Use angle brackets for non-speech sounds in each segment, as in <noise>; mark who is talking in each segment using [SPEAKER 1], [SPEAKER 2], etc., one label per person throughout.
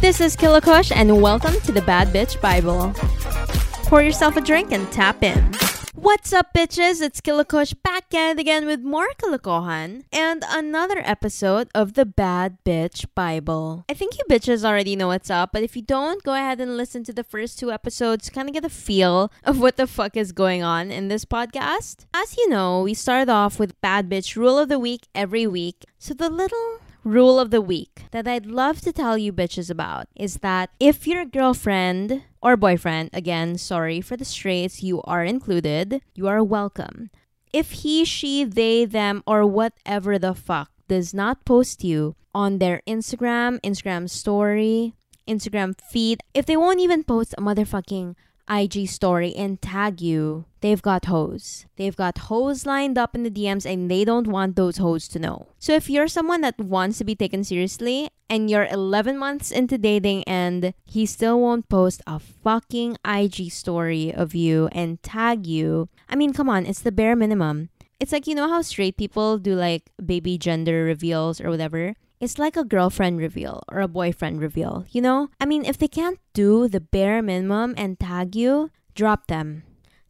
[SPEAKER 1] This is Kilakush, and welcome to the Bad Bitch Bible. Pour yourself a drink and tap in. What's up, bitches? It's Kilakush back at it again with more Kilakohan and another episode of the Bad Bitch Bible. I think you bitches already know what's up, but if you don't, go ahead and listen to the first two episodes to kind of get a feel of what the fuck is going on in this podcast. As you know, we start off with Bad Bitch Rule of the Week every week. So the little rule of the week that I'd love to tell you bitches about is that if your girlfriend or boyfriend, again, sorry for the straights, you are included, you are welcome. If he, she, they, them, or whatever the fuck does not post you on their Instagram, Instagram story, Instagram feed, if they won't even post a motherfucking IG story and tag you, they've got hoes. They've got hoes lined up in the DMs and they don't want those hoes to know. So if you're someone that wants to be taken seriously and you're 11 months into dating and he still won't post a fucking IG story of you and tag you, I mean, come on, it's the bare minimum. It's like, you know how straight people do like baby gender reveals or whatever? It's like a girlfriend reveal or a boyfriend reveal, you know? I mean, if they can't do the bare minimum and tag you, drop them.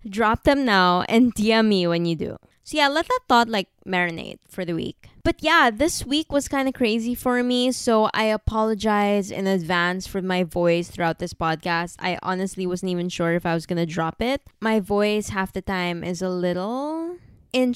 [SPEAKER 1] Drop them now and <laughs> DM me when you do. So yeah, let that thought like marinate for the week. But yeah, this week was kind of crazy for me, so I apologize in advance for my voice throughout this podcast. I honestly wasn't even sure if I was going to drop it. My voice half the time is a little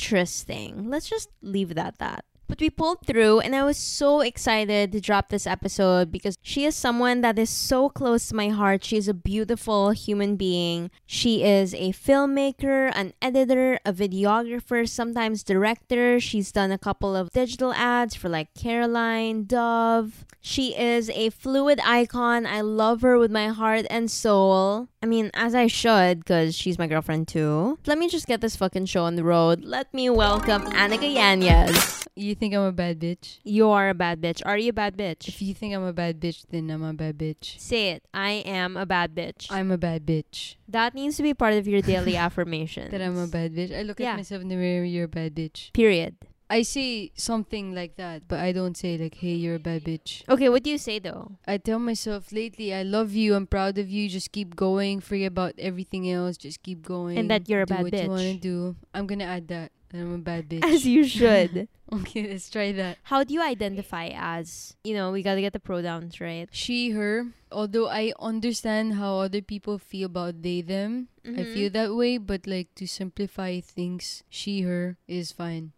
[SPEAKER 1] interesting. Let's just leave it at that. But we pulled through, and I was so excited to drop this episode because she is someone that is so close to my heart. She is a beautiful human being. She is a filmmaker, an editor, a videographer, sometimes director. She's done a couple of digital ads for like Caroline, Dove. She is a fluid icon. I love her with my heart and soul. I mean, as I should, because she's my girlfriend too. Let me just get this fucking show on the road. Let me welcome Annika Yanez.
[SPEAKER 2] You think I'm a bad bitch?
[SPEAKER 1] You are a bad bitch. Are you a bad bitch?
[SPEAKER 2] If you think I'm a bad bitch, then I'm a bad bitch.
[SPEAKER 1] Say it. I am a bad bitch.
[SPEAKER 2] I'm a bad bitch.
[SPEAKER 1] that needs to be part of your daily <laughs> affirmation.
[SPEAKER 2] That I'm a bad bitch. I look
[SPEAKER 1] Yeah.
[SPEAKER 2] at myself in the mirror, you're a bad bitch.
[SPEAKER 1] Period.
[SPEAKER 2] I say something like that, but I don't say like, hey, you're a bad bitch.
[SPEAKER 1] Okay, what do you say though?
[SPEAKER 2] I tell myself lately, I love you, I'm proud of you, just keep going, forget about everything else, just keep going.
[SPEAKER 1] And that you're a
[SPEAKER 2] do
[SPEAKER 1] bad
[SPEAKER 2] what you wanna
[SPEAKER 1] bitch.
[SPEAKER 2] do. I'm gonna add that. that I'm a bad bitch.
[SPEAKER 1] <laughs> As you <laughs> should.
[SPEAKER 2] okay, let's try that.
[SPEAKER 1] How do you identify as? You know, we gotta get the pronouns right.
[SPEAKER 2] She, her. Although I understand how other people feel about they, them, I
[SPEAKER 1] Mhm.
[SPEAKER 2] feel that way, but like to simplify things, she, her is fine.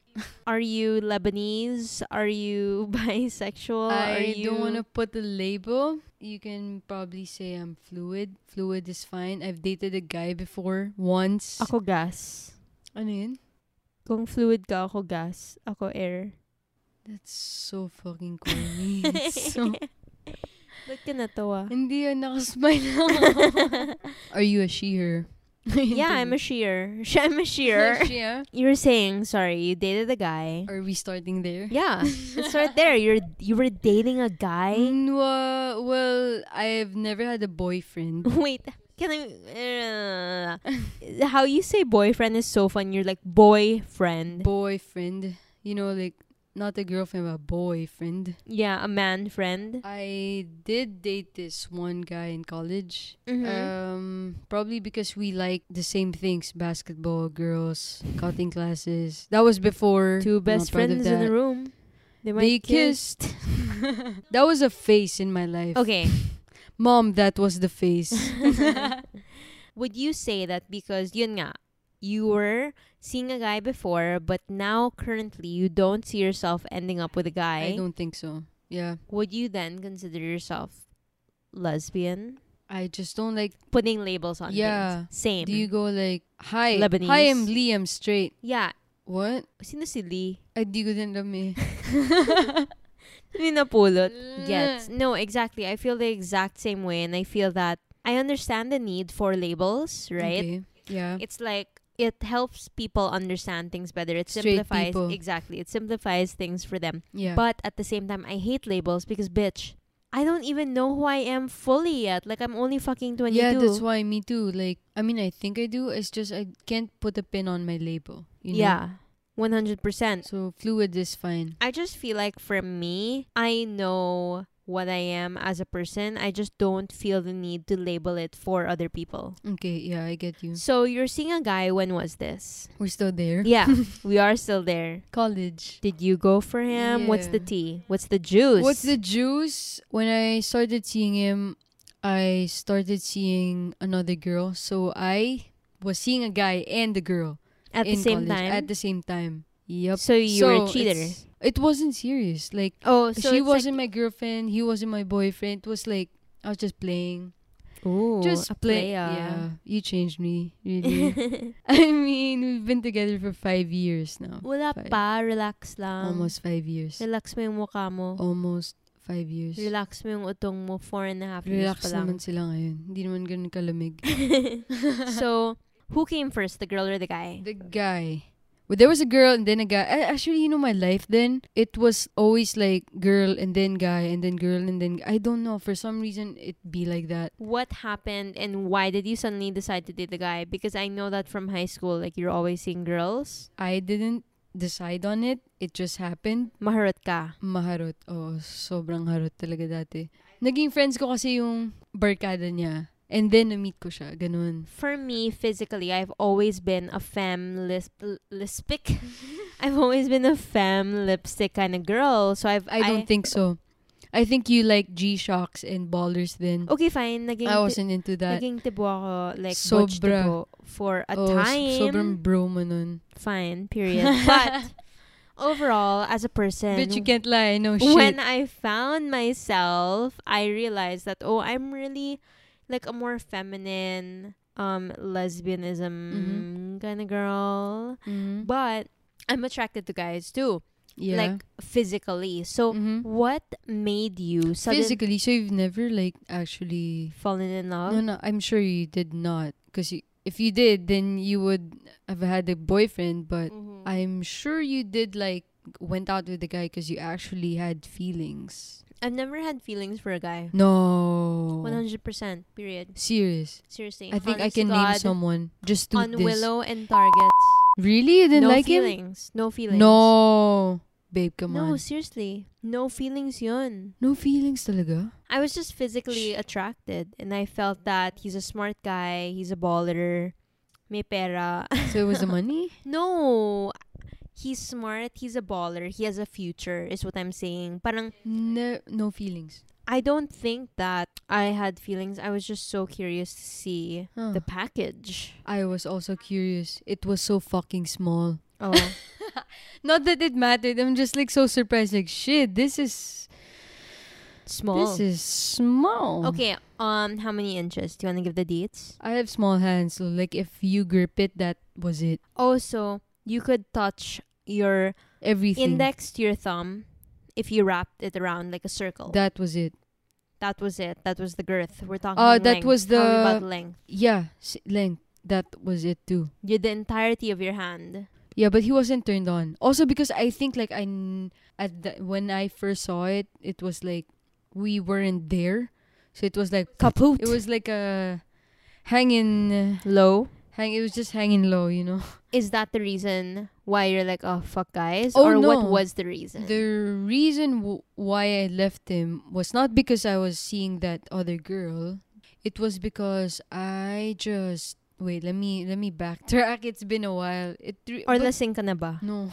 [SPEAKER 1] Are you Lebanese? Are you <laughs> bisexual? Oh, Are
[SPEAKER 2] I
[SPEAKER 1] you...
[SPEAKER 2] don't want to put a label. You can probably say I'm fluid. Fluid is fine. I've dated a guy before once.
[SPEAKER 1] Ako gas.
[SPEAKER 2] Ano yun?
[SPEAKER 1] Kung fluid ka, ako gas. Ako
[SPEAKER 2] <laughs>
[SPEAKER 1] air.
[SPEAKER 2] That's so
[SPEAKER 1] <laughs>
[SPEAKER 2] fucking corny. It's so,
[SPEAKER 1] Ba't ka natawa?
[SPEAKER 2] <laughs> hindi yun, nakasmile ako. Are you a she, her?
[SPEAKER 1] <laughs> yeah, I'm a sheer. <laughs> Sh- I'm a
[SPEAKER 2] <laughs>
[SPEAKER 1] sheer.
[SPEAKER 2] she, huh?
[SPEAKER 1] you were saying, sorry, you dated a guy.
[SPEAKER 2] Are we starting there? <laughs>
[SPEAKER 1] Yeah, it's right there. You're you were dating a guy.
[SPEAKER 2] Mm, wa- well, I've never had a boyfriend.
[SPEAKER 1] <laughs> Wait, can I? Uh, how you say boyfriend is so fun. You're like boyfriend.
[SPEAKER 2] boyfriend. You know, like not a girlfriend, but a boyfriend.
[SPEAKER 1] yeah, a man friend.
[SPEAKER 2] I did date this one guy in college.
[SPEAKER 1] Mhm.
[SPEAKER 2] Um, probably because we like the same things: basketball, girls, cutting classes. That was before.
[SPEAKER 1] Two
[SPEAKER 2] Not
[SPEAKER 1] best
[SPEAKER 2] proud of
[SPEAKER 1] friends in the
[SPEAKER 2] that.
[SPEAKER 1] room. They,
[SPEAKER 2] They
[SPEAKER 1] might kiss.
[SPEAKER 2] kissed. <laughs> that was a face in my life. <laughs>
[SPEAKER 1] Okay. <laughs>
[SPEAKER 2] mom, that was the face.
[SPEAKER 1] Would you say that because yun nga, you were seeing a guy before, but now currently you don't see yourself ending up with a guy?
[SPEAKER 2] I don't think so. Yeah,
[SPEAKER 1] Would you then consider yourself lesbian?
[SPEAKER 2] I just don't like.
[SPEAKER 1] Putting labels on
[SPEAKER 2] Yeah.
[SPEAKER 1] things. Same.
[SPEAKER 2] Do you go like, hi,
[SPEAKER 1] Lebanese.
[SPEAKER 2] hi, I'm Lee, I'm straight.
[SPEAKER 1] yeah.
[SPEAKER 2] What?
[SPEAKER 1] Sino si Lee?
[SPEAKER 2] Ay, di ko din alam eh.
[SPEAKER 1] <laughs> Hindi napulot. Gets.
[SPEAKER 2] Mm.
[SPEAKER 1] No, exactly. I feel the exact same way and I feel that I understand the need for labels, right?
[SPEAKER 2] Okay. Yeah.
[SPEAKER 1] it's like it helps people understand things better. It
[SPEAKER 2] Straight
[SPEAKER 1] simplifies
[SPEAKER 2] people.
[SPEAKER 1] exactly. It simplifies things for them.
[SPEAKER 2] yeah.
[SPEAKER 1] But at the same time, I hate labels because bitch, I don't even know who I am fully yet. Like I'm only fucking 22.
[SPEAKER 2] yeah, that's why me too. Like, I mean, I think I do. It's just I can't put a pin on my label. You know?
[SPEAKER 1] yeah. 100%.
[SPEAKER 2] So fluid is fine.
[SPEAKER 1] I just feel like for me, I know what I am as a person. I just don't feel the need to label it for other people.
[SPEAKER 2] Okay, yeah, I get you.
[SPEAKER 1] So you're seeing a guy. When was
[SPEAKER 2] <laughs>
[SPEAKER 1] this?
[SPEAKER 2] We're still there.
[SPEAKER 1] Yeah, we are still there.
[SPEAKER 2] College.
[SPEAKER 1] Did you go for him? What's the
[SPEAKER 2] Yeah.
[SPEAKER 1] tea? What's the juice?
[SPEAKER 2] What's the juice? When I started seeing him, I started seeing another girl. So I was seeing a guy and a girl
[SPEAKER 1] at the
[SPEAKER 2] in
[SPEAKER 1] same
[SPEAKER 2] college
[SPEAKER 1] time?
[SPEAKER 2] at the same time. Yep.
[SPEAKER 1] so you were a
[SPEAKER 2] So,
[SPEAKER 1] cheater.
[SPEAKER 2] it's- It wasn't serious. Like
[SPEAKER 1] Oh, so
[SPEAKER 2] she
[SPEAKER 1] it's
[SPEAKER 2] wasn't my girlfriend. He wasn't my boyfriend. It was like I was just playing,
[SPEAKER 1] like, ooh,
[SPEAKER 2] just
[SPEAKER 1] Oh, a player.
[SPEAKER 2] play. Yeah, you changed me. Really.
[SPEAKER 1] <laughs>
[SPEAKER 2] <laughs> I mean, we've been together for five years now.
[SPEAKER 1] Wala
[SPEAKER 2] Five.
[SPEAKER 1] pa, relax lang.
[SPEAKER 2] Almost five years.
[SPEAKER 1] Relax mo yung mukha mo.
[SPEAKER 2] Almost five years.
[SPEAKER 1] Relax mo yung utong mo. Four and a half
[SPEAKER 2] Relax
[SPEAKER 1] years pa lang.
[SPEAKER 2] naman sila ngayon. Hindi naman ganun
[SPEAKER 1] <laughs>
[SPEAKER 2] kalamig.
[SPEAKER 1] so, who came first, the girl or the guy?
[SPEAKER 2] The guy. Well, there was a girl and then a guy. A- Actually, you know, my life then, it was always like girl and then guy and then girl and then. I don't know. For some reason, it be like that.
[SPEAKER 1] What happened and why did you suddenly decide to date the guy? Because I know that from high school, like you're always seeing girls.
[SPEAKER 2] I didn't decide on it. It just happened.
[SPEAKER 1] Maharot ka.
[SPEAKER 2] Maharot. Oo, sobrang harot talaga dati. Naging friends ko kasi yung barkada niya. And then, na-meet ko siya. Ganun.
[SPEAKER 1] For me, physically, I've always been a femme lisp,
[SPEAKER 2] <laughs>
[SPEAKER 1] lipstick. I've always been a femme lipstick kind of girl. So I've
[SPEAKER 2] I don't think so. I think you like G-Shocks and ballers then.
[SPEAKER 1] Okay, fine. Naging
[SPEAKER 2] I wasn't into that.
[SPEAKER 1] Naging tibo ako, like, butch
[SPEAKER 2] Sobra.
[SPEAKER 1] tibo for a
[SPEAKER 2] Oo, so-
[SPEAKER 1] time.
[SPEAKER 2] Sobrang bro mo nun.
[SPEAKER 1] Fine, period.
[SPEAKER 2] <laughs>
[SPEAKER 1] But, overall, as a person,
[SPEAKER 2] But you can't lie, no shit.
[SPEAKER 1] when I found myself, I realized that, oh, I'm really, like, a more feminine, um, lesbianism
[SPEAKER 2] Mm-hmm.
[SPEAKER 1] kind of girl.
[SPEAKER 2] Mhm.
[SPEAKER 1] But, I'm attracted to guys, too.
[SPEAKER 2] yeah.
[SPEAKER 1] Like, oh, physically. So,
[SPEAKER 2] Mhm.
[SPEAKER 1] what made you suddenly
[SPEAKER 2] physically, so you've never like actually.
[SPEAKER 1] fallen in love?
[SPEAKER 2] No, no, I'm sure you did not. Because if you did, then you would have had a boyfriend. But
[SPEAKER 1] Mhm.
[SPEAKER 2] I'm sure you did like went out with the guy because you actually had feelings.
[SPEAKER 1] I've never had feelings for a guy.
[SPEAKER 2] No.
[SPEAKER 1] One hundred percent. Period.
[SPEAKER 2] Serious.
[SPEAKER 1] Seriously.
[SPEAKER 2] I think I
[SPEAKER 1] Honest to
[SPEAKER 2] can name
[SPEAKER 1] God,
[SPEAKER 2] someone just to
[SPEAKER 1] on
[SPEAKER 2] this.
[SPEAKER 1] Willow and Target.
[SPEAKER 2] Really, you
[SPEAKER 1] no
[SPEAKER 2] didn't like him?
[SPEAKER 1] feelings. No feelings.
[SPEAKER 2] No, babe, come
[SPEAKER 1] No,
[SPEAKER 2] on.
[SPEAKER 1] seriously. No feelings yun.
[SPEAKER 2] No feelings talaga.
[SPEAKER 1] I was just physically attracted and I felt that he's a smart guy, he's a baller, may pera. <laughs>
[SPEAKER 2] So it was the money.
[SPEAKER 1] no. He's smart, he's a baller, he has a future is what I'm saying. Parang
[SPEAKER 2] No, no feelings.
[SPEAKER 1] I don't think that I had feelings. I was just so curious to see
[SPEAKER 2] Huh.
[SPEAKER 1] the package.
[SPEAKER 2] I was also curious. It was so fucking small.
[SPEAKER 1] Oh.
[SPEAKER 2] Not that it mattered. I'm just like so surprised. Like shit, this is
[SPEAKER 1] <laughs> Small.
[SPEAKER 2] this is small.
[SPEAKER 1] Okay, um, how many inches? Do you want to give the dates?
[SPEAKER 2] I have small hands, so like if you grip it, that was it.
[SPEAKER 1] Also, you could touch your
[SPEAKER 2] Everything.
[SPEAKER 1] index to your thumb if you wrapped it around like a circle. That,
[SPEAKER 2] that was it.
[SPEAKER 1] was it. That was the girth. We're talking.
[SPEAKER 2] Oh, that
[SPEAKER 1] length.
[SPEAKER 2] was
[SPEAKER 1] How about
[SPEAKER 2] the-
[SPEAKER 1] length.
[SPEAKER 2] Yeah, s- length. That was it too.
[SPEAKER 1] you the entirety of your hand.
[SPEAKER 2] Yeah, but he wasn't turned on. Also because I think like I n- at the, when I first saw it, it was like we weren't there, so it was like
[SPEAKER 1] Kaput.
[SPEAKER 2] it was like a hanging
[SPEAKER 1] low.
[SPEAKER 2] hang. It was just hanging low, you know.
[SPEAKER 1] Is that the reason why you're like, oh fuck, guys?
[SPEAKER 2] Oh,
[SPEAKER 1] or what
[SPEAKER 2] no.
[SPEAKER 1] was the reason?
[SPEAKER 2] The reason w- why I left him was not because I was seeing that other girl. It was because I just wait. Let me let me backtrack. <laughs> It's been a while. It re-
[SPEAKER 1] or
[SPEAKER 2] but-
[SPEAKER 1] lasing ka na ba?
[SPEAKER 2] <laughs>
[SPEAKER 1] <laughs>
[SPEAKER 2] no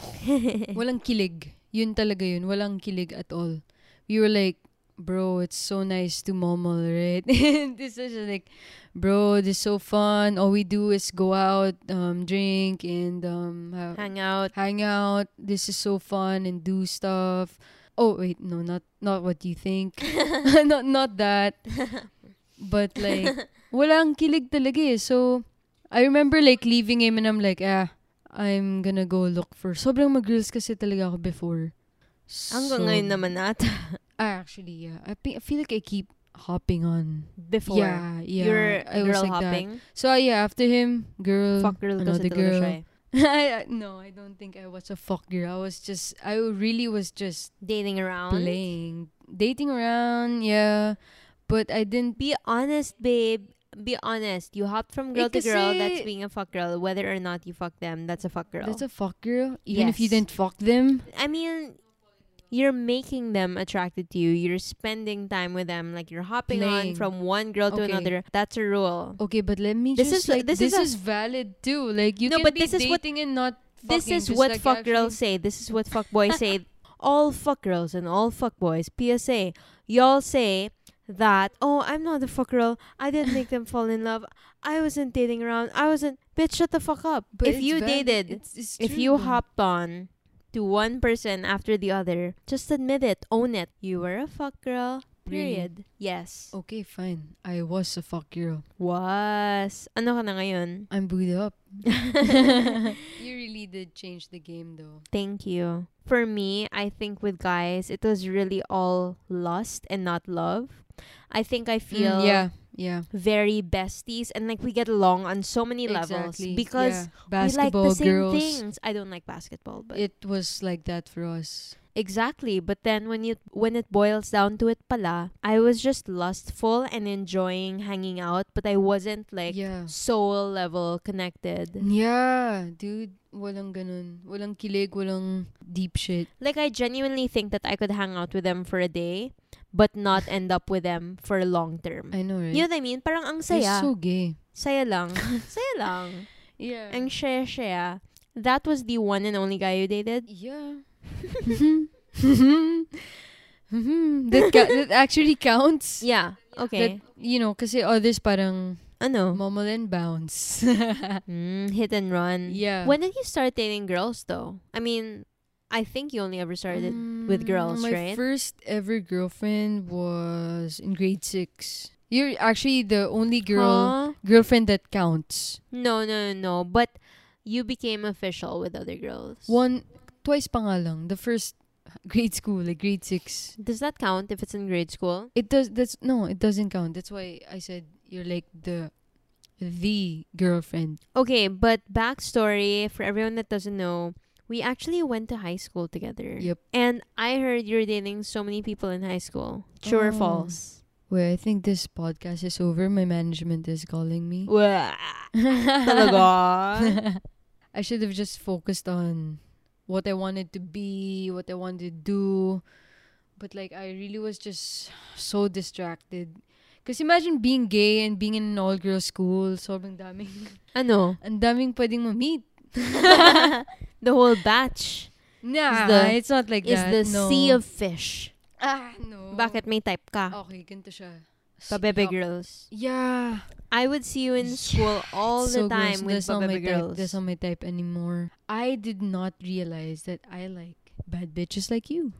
[SPEAKER 2] walang kilig. Yun talaga yun. Walang kilig at all. We were like, bro, it's so nice to momol, right? <laughs> And this is just like, bro, this is so fun. All we do is go out, um, drink, and um, have,
[SPEAKER 1] Hang
[SPEAKER 2] <laughs>
[SPEAKER 1] out.
[SPEAKER 2] hang out. This is so fun and do stuff. Oh wait, no, not not what you think. <laughs>
[SPEAKER 1] <laughs>
[SPEAKER 2] not not that. But like walang kilig talaga eh. So I remember like leaving him and I'm like, ah, I'm gonna go look for. Sobrang mag-reels kasi talaga ako before.
[SPEAKER 1] Hanggang
[SPEAKER 2] So-
[SPEAKER 1] ngayon naman ata.
[SPEAKER 2] Ah, actually, yeah. I, pe- I feel like I keep hopping on.
[SPEAKER 1] Before.
[SPEAKER 2] Yeah, yeah.
[SPEAKER 1] You're
[SPEAKER 2] I was
[SPEAKER 1] girl
[SPEAKER 2] like that.
[SPEAKER 1] hopping.
[SPEAKER 2] So ah, yeah, after him, girl,
[SPEAKER 1] Fuck girl kasi
[SPEAKER 2] another
[SPEAKER 1] talaga
[SPEAKER 2] girl.
[SPEAKER 1] siya eh.
[SPEAKER 2] <laughs> I, I- no, I don't think I was a fuck girl. I was just, I really was just
[SPEAKER 1] Dating around.
[SPEAKER 2] playing, dating around, yeah. But I didn't.
[SPEAKER 1] Be honest, babe. Be honest. You hopped from girl
[SPEAKER 2] Eh,
[SPEAKER 1] to girl.
[SPEAKER 2] kasi-
[SPEAKER 1] That's being a fuck girl. Whether or not you fuck them, that's a fuck girl.
[SPEAKER 2] That's a fuck girl. Even if you
[SPEAKER 1] Yes.
[SPEAKER 2] didn't fuck them,
[SPEAKER 1] I mean, you're making them attracted to you. You're spending time with them, like you're hopping on
[SPEAKER 2] Playing.
[SPEAKER 1] from one girl to
[SPEAKER 2] Okay.
[SPEAKER 1] another. That's a rule.
[SPEAKER 2] Okay, but let me
[SPEAKER 1] This is-
[SPEAKER 2] just like
[SPEAKER 1] this
[SPEAKER 2] this,
[SPEAKER 1] is
[SPEAKER 2] is,
[SPEAKER 1] a-
[SPEAKER 2] valid too. Like you
[SPEAKER 1] No,
[SPEAKER 2] can
[SPEAKER 1] but
[SPEAKER 2] be
[SPEAKER 1] this is what-
[SPEAKER 2] dating and not
[SPEAKER 1] This
[SPEAKER 2] fucking,
[SPEAKER 1] is
[SPEAKER 2] just
[SPEAKER 1] what
[SPEAKER 2] like
[SPEAKER 1] fuck
[SPEAKER 2] actually-
[SPEAKER 1] girls say. This is what fuck boys say. <laughs> All fuck girls and all fuck boys. PSA, y'all say that. Oh, I'm not a fuck girl. I didn't make them fall in love. I wasn't dating around. I wasn't. Bitch, shut the fuck up.
[SPEAKER 2] But
[SPEAKER 1] if
[SPEAKER 2] it's
[SPEAKER 1] you
[SPEAKER 2] valid.
[SPEAKER 1] dated,
[SPEAKER 2] It's- it's
[SPEAKER 1] if
[SPEAKER 2] true
[SPEAKER 1] you
[SPEAKER 2] though.
[SPEAKER 1] hopped on to one person after the other, just admit it, own it. You were a fuck girl.
[SPEAKER 2] Really?
[SPEAKER 1] Period. Oh. Yes.
[SPEAKER 2] Okay, fine. I was a fuck girl.
[SPEAKER 1] Was. Ano ka na ngayon?
[SPEAKER 2] I'm booed
[SPEAKER 1] <laughs>
[SPEAKER 2] up. <laughs> You really did change the game though.
[SPEAKER 1] Thank you. For me, I think with guys, it was really all lust and not love. I think I feel
[SPEAKER 2] Mm, yeah, yeah.
[SPEAKER 1] very besties and like we get along on so many levels
[SPEAKER 2] Exactly,
[SPEAKER 1] because
[SPEAKER 2] yeah.
[SPEAKER 1] we like
[SPEAKER 2] basketball
[SPEAKER 1] the same
[SPEAKER 2] girls.
[SPEAKER 1] things. I don't like basketball, but
[SPEAKER 2] It was like that for us.
[SPEAKER 1] Exactly, but then when you when it boils down to it pala, I was just lustful and enjoying hanging out, but I wasn't like
[SPEAKER 2] yeah.
[SPEAKER 1] soul level connected.
[SPEAKER 2] Yeah, dude. Walang ganun. Walang kilig, walang deep shit.
[SPEAKER 1] Like I genuinely think that I could hang out with them for a day, but not end up with them for long term.
[SPEAKER 2] I know, right?
[SPEAKER 1] You know what I mean? Parang ang
[SPEAKER 2] You're
[SPEAKER 1] saya.
[SPEAKER 2] so gay.
[SPEAKER 1] saya
[SPEAKER 2] <laughs>
[SPEAKER 1] lang. saya lang.
[SPEAKER 2] Yeah.
[SPEAKER 1] Ang saya saya. That was the one and only guy you
[SPEAKER 2] <laughs>
[SPEAKER 1] dated?
[SPEAKER 2] yeah.
[SPEAKER 1] <laughs>
[SPEAKER 2] Mhm. that, ca- that actually counts.
[SPEAKER 1] Yeah. Okay.
[SPEAKER 2] That, you know, kasi others parang
[SPEAKER 1] ano?
[SPEAKER 2] mumble and bounce. <laughs>
[SPEAKER 1] Mm, hit and run.
[SPEAKER 2] yeah.
[SPEAKER 1] When did you start dating girls though? I mean, I think you only ever started
[SPEAKER 2] Mm-hmm.
[SPEAKER 1] with girls,
[SPEAKER 2] Mm, my
[SPEAKER 1] right?
[SPEAKER 2] first ever girlfriend was in grade six. You're actually the only girl
[SPEAKER 1] Huh?
[SPEAKER 2] girlfriend that counts.
[SPEAKER 1] No, no, no, no. But you became official with other girls.
[SPEAKER 2] One twice pa nga lang. The first grade school, like grade six.
[SPEAKER 1] Does that count if it's in grade school?
[SPEAKER 2] It does that's no, it doesn't count. That's why I said you're like the the girlfriend.
[SPEAKER 1] Okay, but backstory for everyone that doesn't know, we actually went to high school together.
[SPEAKER 2] Yep.
[SPEAKER 1] And I heard you were dating so many people in high school. True or
[SPEAKER 2] Oh.
[SPEAKER 1] false?
[SPEAKER 2] Wait, I think this podcast is over. My management is calling me.
[SPEAKER 1] <laughs> Wah. Talaga? <laughs>
[SPEAKER 2] I should have just focused on what I wanted to be, what I wanted to do. But like I really was just so distracted. Cause imagine being gay and being in an all girls school, sobrang daming <laughs>
[SPEAKER 1] <laughs> ano?
[SPEAKER 2] ang daming pwedeng ma-meet.
[SPEAKER 1] the whole batch
[SPEAKER 2] Nah,
[SPEAKER 1] the-
[SPEAKER 2] it's not like
[SPEAKER 1] is
[SPEAKER 2] that.
[SPEAKER 1] the
[SPEAKER 2] no. Oh,
[SPEAKER 1] sea of fish.
[SPEAKER 2] Ah, no.
[SPEAKER 1] Bakit may type ka?
[SPEAKER 2] Okay, ganito siya.
[SPEAKER 1] Pabebe
[SPEAKER 2] Yuck.
[SPEAKER 1] girls.
[SPEAKER 2] Yeah.
[SPEAKER 1] I would see you in
[SPEAKER 2] Yeah.
[SPEAKER 1] school all the
[SPEAKER 2] So
[SPEAKER 1] time
[SPEAKER 2] gross.
[SPEAKER 1] with
[SPEAKER 2] That's not my
[SPEAKER 1] Pabebe girls.
[SPEAKER 2] Type. That's not my type anymore. I did not realize that I like bad bitches like you.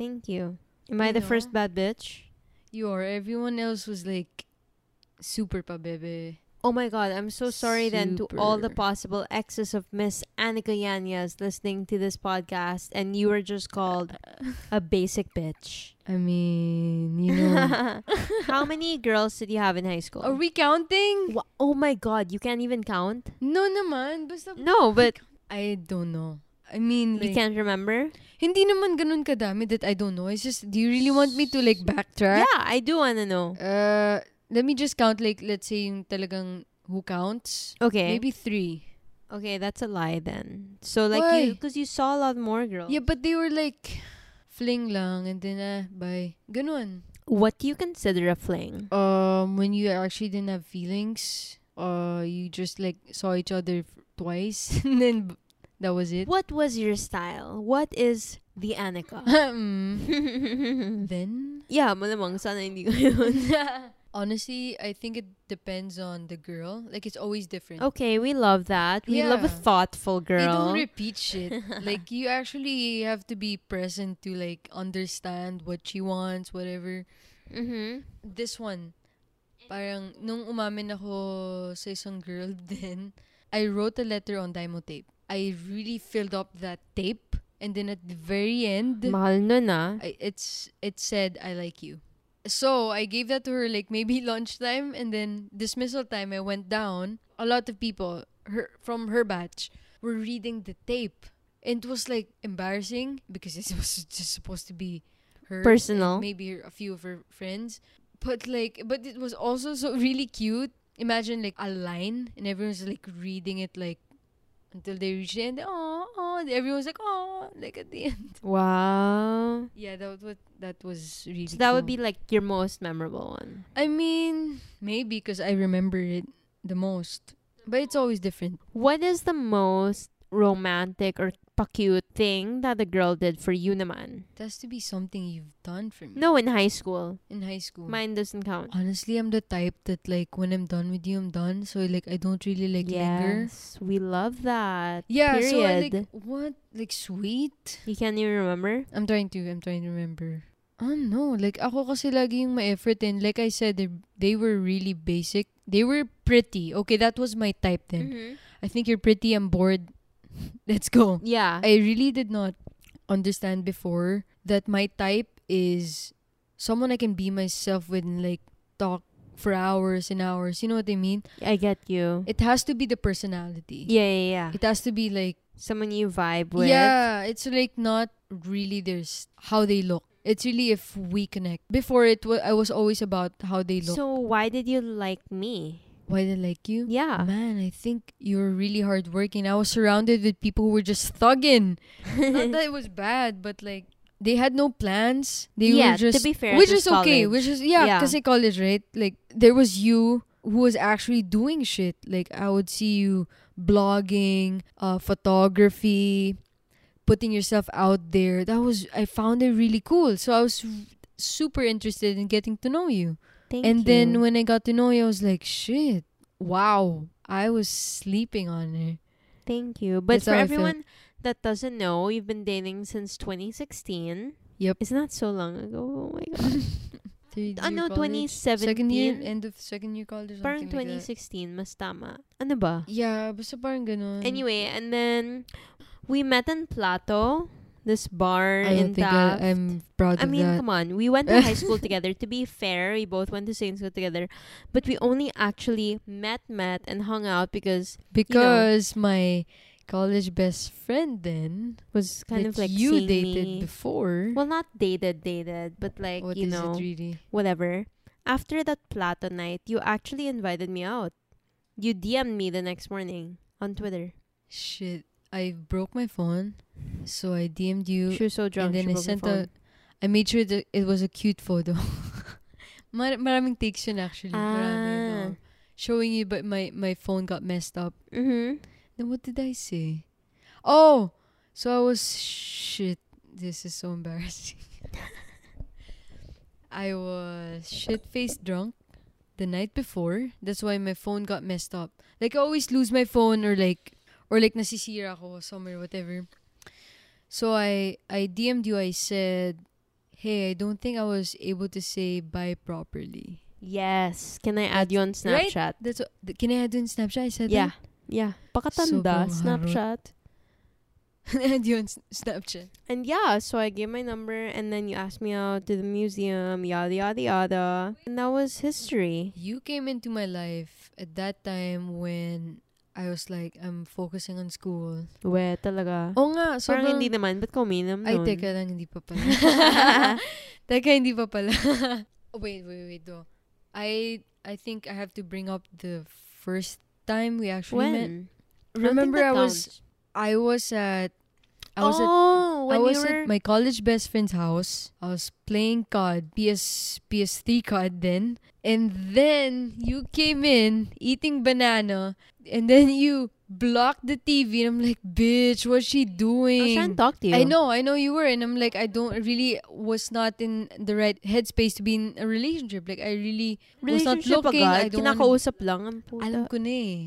[SPEAKER 1] Thank you. Am I
[SPEAKER 2] You
[SPEAKER 1] the
[SPEAKER 2] know?
[SPEAKER 1] first bad bitch?
[SPEAKER 2] You are. Everyone else was like super pabebe.
[SPEAKER 1] Oh my god, I'm so sorry then to all the
[SPEAKER 2] Super.
[SPEAKER 1] possible exes of Miss Annika Yanyas listening to this podcast and you were just called a basic bitch.
[SPEAKER 2] I mean,
[SPEAKER 1] <laughs>
[SPEAKER 2] you know.
[SPEAKER 1] How many girls did you have in high school?
[SPEAKER 2] are we counting?
[SPEAKER 1] Wha- oh my god, you can't even count?
[SPEAKER 2] No naman. Basta
[SPEAKER 1] No, but
[SPEAKER 2] I don't know. I mean,
[SPEAKER 1] you
[SPEAKER 2] like,
[SPEAKER 1] can't remember?
[SPEAKER 2] hindi naman ganun kadami that I don't know. It's just, do you really want me to like backtrack?
[SPEAKER 1] Yeah, I do want to know.
[SPEAKER 2] Uh, let me just count like, let's say yung talagang who counts.
[SPEAKER 1] Okay.
[SPEAKER 2] Maybe three.
[SPEAKER 1] Okay, that's a lie then. So like
[SPEAKER 2] Why?
[SPEAKER 1] you because you saw a lot more girls.
[SPEAKER 2] Yeah, but they were like fling lang and then ah, bye. Ganun.
[SPEAKER 1] What do you consider a fling?
[SPEAKER 2] Um, when you actually didn't have feelings, uh, you just like saw each other f- twice <laughs> and then b- that was it.
[SPEAKER 1] What was your style? What is the <laughs> Annika?
[SPEAKER 2] <laughs> Mm. then <laughs>
[SPEAKER 1] yeah, malamang sana hindi ko yun.
[SPEAKER 2] honestly, I think it depends on the girl. Like it's always different.
[SPEAKER 1] <laughs> Okay, we love that. We love a
[SPEAKER 2] Yeah.
[SPEAKER 1] thoughtful Oh,
[SPEAKER 2] They
[SPEAKER 1] girl.
[SPEAKER 2] don't repeat shit. like you actually have to be present to like understand what she wants, whatever.
[SPEAKER 1] <laughs> mm-hmm.
[SPEAKER 2] this one, parang nung umamin ako sa isang girl <laughs> then I wrote a letter on Dymo tape. I really filled up that tape and then at the very end,
[SPEAKER 1] Mahal nun ah.
[SPEAKER 2] I, it's it said I like you. So I gave that to her like maybe <laughs> lunchtime and then dismissal time I went down. A lot of people her from her batch were reading the tape. And it was like embarrassing because it <laughs> was just supposed to be her and
[SPEAKER 1] Personal.
[SPEAKER 2] maybe her, a few of her friends. But like but it was <laughs> also so really cute. Imagine like a line and everyone's like reading it like until they reach the end. Oh, oh, everyone's like, oh, like at the end. <laughs>
[SPEAKER 1] Wow.
[SPEAKER 2] Yeah, that was that was really.
[SPEAKER 1] So that would
[SPEAKER 2] cool.
[SPEAKER 1] be like your most memorable one.
[SPEAKER 2] I mean, maybe because I remember it the most, but it's always different.
[SPEAKER 1] What is the most romantic or pa-cute thing that the girl did for you naman?
[SPEAKER 2] It has to be something you've done for me.
[SPEAKER 1] No, in high school.
[SPEAKER 2] in high school.
[SPEAKER 1] Mine doesn't count.
[SPEAKER 2] Honestly, I'm the type that like when I'm done with you, I'm done. So like I don't really like linger.
[SPEAKER 1] yes, we love that.
[SPEAKER 2] Yeah.
[SPEAKER 1] Period.
[SPEAKER 2] So I like what like sweet.
[SPEAKER 1] you can't even remember?
[SPEAKER 2] I'm trying to. I'm trying to remember. Oh no, like ako kasi lagi yung ma-effort and like I said, they, they were really basic. They were pretty. Okay, that was my type then.
[SPEAKER 1] Mm-hmm.
[SPEAKER 2] I think you're pretty. I'm bored. <laughs> Let's go.
[SPEAKER 1] Yeah.
[SPEAKER 2] I really did not understand before that my type is someone I can be myself with and like talk for hours and hours. You know what I mean?
[SPEAKER 1] I get you.
[SPEAKER 2] It has to be the personality.
[SPEAKER 1] Yeah, yeah, yeah.
[SPEAKER 2] It has to be like
[SPEAKER 1] Someone you vibe with.
[SPEAKER 2] yeah, it's like not really there's how they look. It's really if we connect. Before it was I was always about how they look.
[SPEAKER 1] So why did you like me?
[SPEAKER 2] Why they like you?
[SPEAKER 1] <laughs>
[SPEAKER 2] <laughs>
[SPEAKER 1] Yeah.
[SPEAKER 2] Man, I think you're really hardworking. I was surrounded with people who were just thugging. Not
[SPEAKER 1] <laughs>
[SPEAKER 2] that it was bad, but like they had no plans. They
[SPEAKER 1] Yeah,
[SPEAKER 2] were just
[SPEAKER 1] to be fair, it
[SPEAKER 2] which
[SPEAKER 1] was
[SPEAKER 2] is okay.
[SPEAKER 1] college.
[SPEAKER 2] Which is yeah,
[SPEAKER 1] Yeah.
[SPEAKER 2] because in college, right? Like there was you who was actually doing shit. Like I would see you blogging, uh, photography, putting yourself out there. That was I found it really cool. So I was super interested in getting to know you.
[SPEAKER 1] Thank
[SPEAKER 2] and
[SPEAKER 1] you.
[SPEAKER 2] then when I got to know you, I was like, shit, wow, I was sleeping on her.
[SPEAKER 1] Thank you. But
[SPEAKER 2] That's
[SPEAKER 1] for
[SPEAKER 2] how I feel.
[SPEAKER 1] everyone that doesn't know, you've been dating since 2016.
[SPEAKER 2] Yep.
[SPEAKER 1] Isn't that so long ago? Oh
[SPEAKER 2] <laughs>
[SPEAKER 1] my god.
[SPEAKER 2] Third
[SPEAKER 1] ano,
[SPEAKER 2] year college?
[SPEAKER 1] 2017?
[SPEAKER 2] Second year, end of second year college or
[SPEAKER 1] Parang
[SPEAKER 2] something like
[SPEAKER 1] 2016,
[SPEAKER 2] that.
[SPEAKER 1] mas tama. Ano ba?
[SPEAKER 2] Yeah, basta parang ganun.
[SPEAKER 1] Anyway, and then we met in Plato, this bar
[SPEAKER 2] I
[SPEAKER 1] in
[SPEAKER 2] don't think
[SPEAKER 1] Taft.
[SPEAKER 2] I, am proud
[SPEAKER 1] I
[SPEAKER 2] of
[SPEAKER 1] mean,
[SPEAKER 2] that.
[SPEAKER 1] come on. We went to high
[SPEAKER 2] <laughs>
[SPEAKER 1] school together. To be fair, we both went to same school together, but we only actually met, met, and hung out because
[SPEAKER 2] Because my college best friend then,
[SPEAKER 1] was kind
[SPEAKER 2] that
[SPEAKER 1] of like
[SPEAKER 2] you
[SPEAKER 1] seeing
[SPEAKER 2] dated
[SPEAKER 1] me.
[SPEAKER 2] before.
[SPEAKER 1] Well, not dated, dated, but like
[SPEAKER 2] what
[SPEAKER 1] you
[SPEAKER 2] is
[SPEAKER 1] know,
[SPEAKER 2] it really?
[SPEAKER 1] whatever. After that Plato night, you actually invited me out. You DM'd me the next morning on Twitter.
[SPEAKER 2] Shit, I broke my phone, so I DM'd you.
[SPEAKER 1] she was so drunk.
[SPEAKER 2] and
[SPEAKER 1] she
[SPEAKER 2] then I
[SPEAKER 1] broke her
[SPEAKER 2] sent
[SPEAKER 1] phone.
[SPEAKER 2] a, I made sure that it was a cute photo. <laughs> Mar- maraming takes yun actually.
[SPEAKER 1] Ah.
[SPEAKER 2] Marami, no. Showing you, but my, my phone got messed up.
[SPEAKER 1] Mm-hmm.
[SPEAKER 2] Then what did I say? Oh, so I was shit. This is so embarrassing. <laughs> I was shit faced drunk the night before. That's why my phone got messed up. Like I always lose my phone or like or like nasisira ako somewhere whatever. So I I DM'd you. I said, "Hey, I don't think I was able to say bye properly."
[SPEAKER 1] Yes. Can I add you on
[SPEAKER 2] right?
[SPEAKER 1] Snapchat?
[SPEAKER 2] That's what, can I add you on Snapchat? I said <laughs>
[SPEAKER 1] Yeah.
[SPEAKER 2] that?
[SPEAKER 1] Yeah. Pakatanda,
[SPEAKER 2] Sobrang harot.
[SPEAKER 1] Snapchat.
[SPEAKER 2] add you on S- Snapchat.
[SPEAKER 1] And yeah, so I gave my number and then you asked me out to the museum, yada yada yada. And that was history.
[SPEAKER 2] You came into my life at that time when I was like, I'm focusing on school.
[SPEAKER 1] We, talaga.
[SPEAKER 2] Oo
[SPEAKER 1] Oh,
[SPEAKER 2] nga,
[SPEAKER 1] Parang
[SPEAKER 2] sobrang...
[SPEAKER 1] hindi naman, ba't ka uminom
[SPEAKER 2] ay,
[SPEAKER 1] nun? <laughs>
[SPEAKER 2] teka lang, hindi pa <laughs> pala. teka, hindi pa pala. Oh, wait, wait, wait, though. I, I think I have to bring up the first time we actually met.
[SPEAKER 1] when? I don't think
[SPEAKER 2] Remember,
[SPEAKER 1] that
[SPEAKER 2] I was,
[SPEAKER 1] counts.
[SPEAKER 2] I was at, I was at,
[SPEAKER 1] oh,
[SPEAKER 2] I
[SPEAKER 1] when
[SPEAKER 2] was
[SPEAKER 1] you were...
[SPEAKER 2] at my college best friend's house. I was playing COD, PS PS3 COD then. And then you came in eating banana and then you blocked the TV and I'm like, "Bitch, what's she
[SPEAKER 1] I was trying to
[SPEAKER 2] doing?"
[SPEAKER 1] talk to you.
[SPEAKER 2] I know, I know you were and I'm like, I don't I really was not in the right headspace to be in a relationship. Like I really was not
[SPEAKER 1] Relationship
[SPEAKER 2] looking.
[SPEAKER 1] agad,
[SPEAKER 2] I don't wanna-
[SPEAKER 1] kinakausap lang. Ang puta.
[SPEAKER 2] alam ko na eh.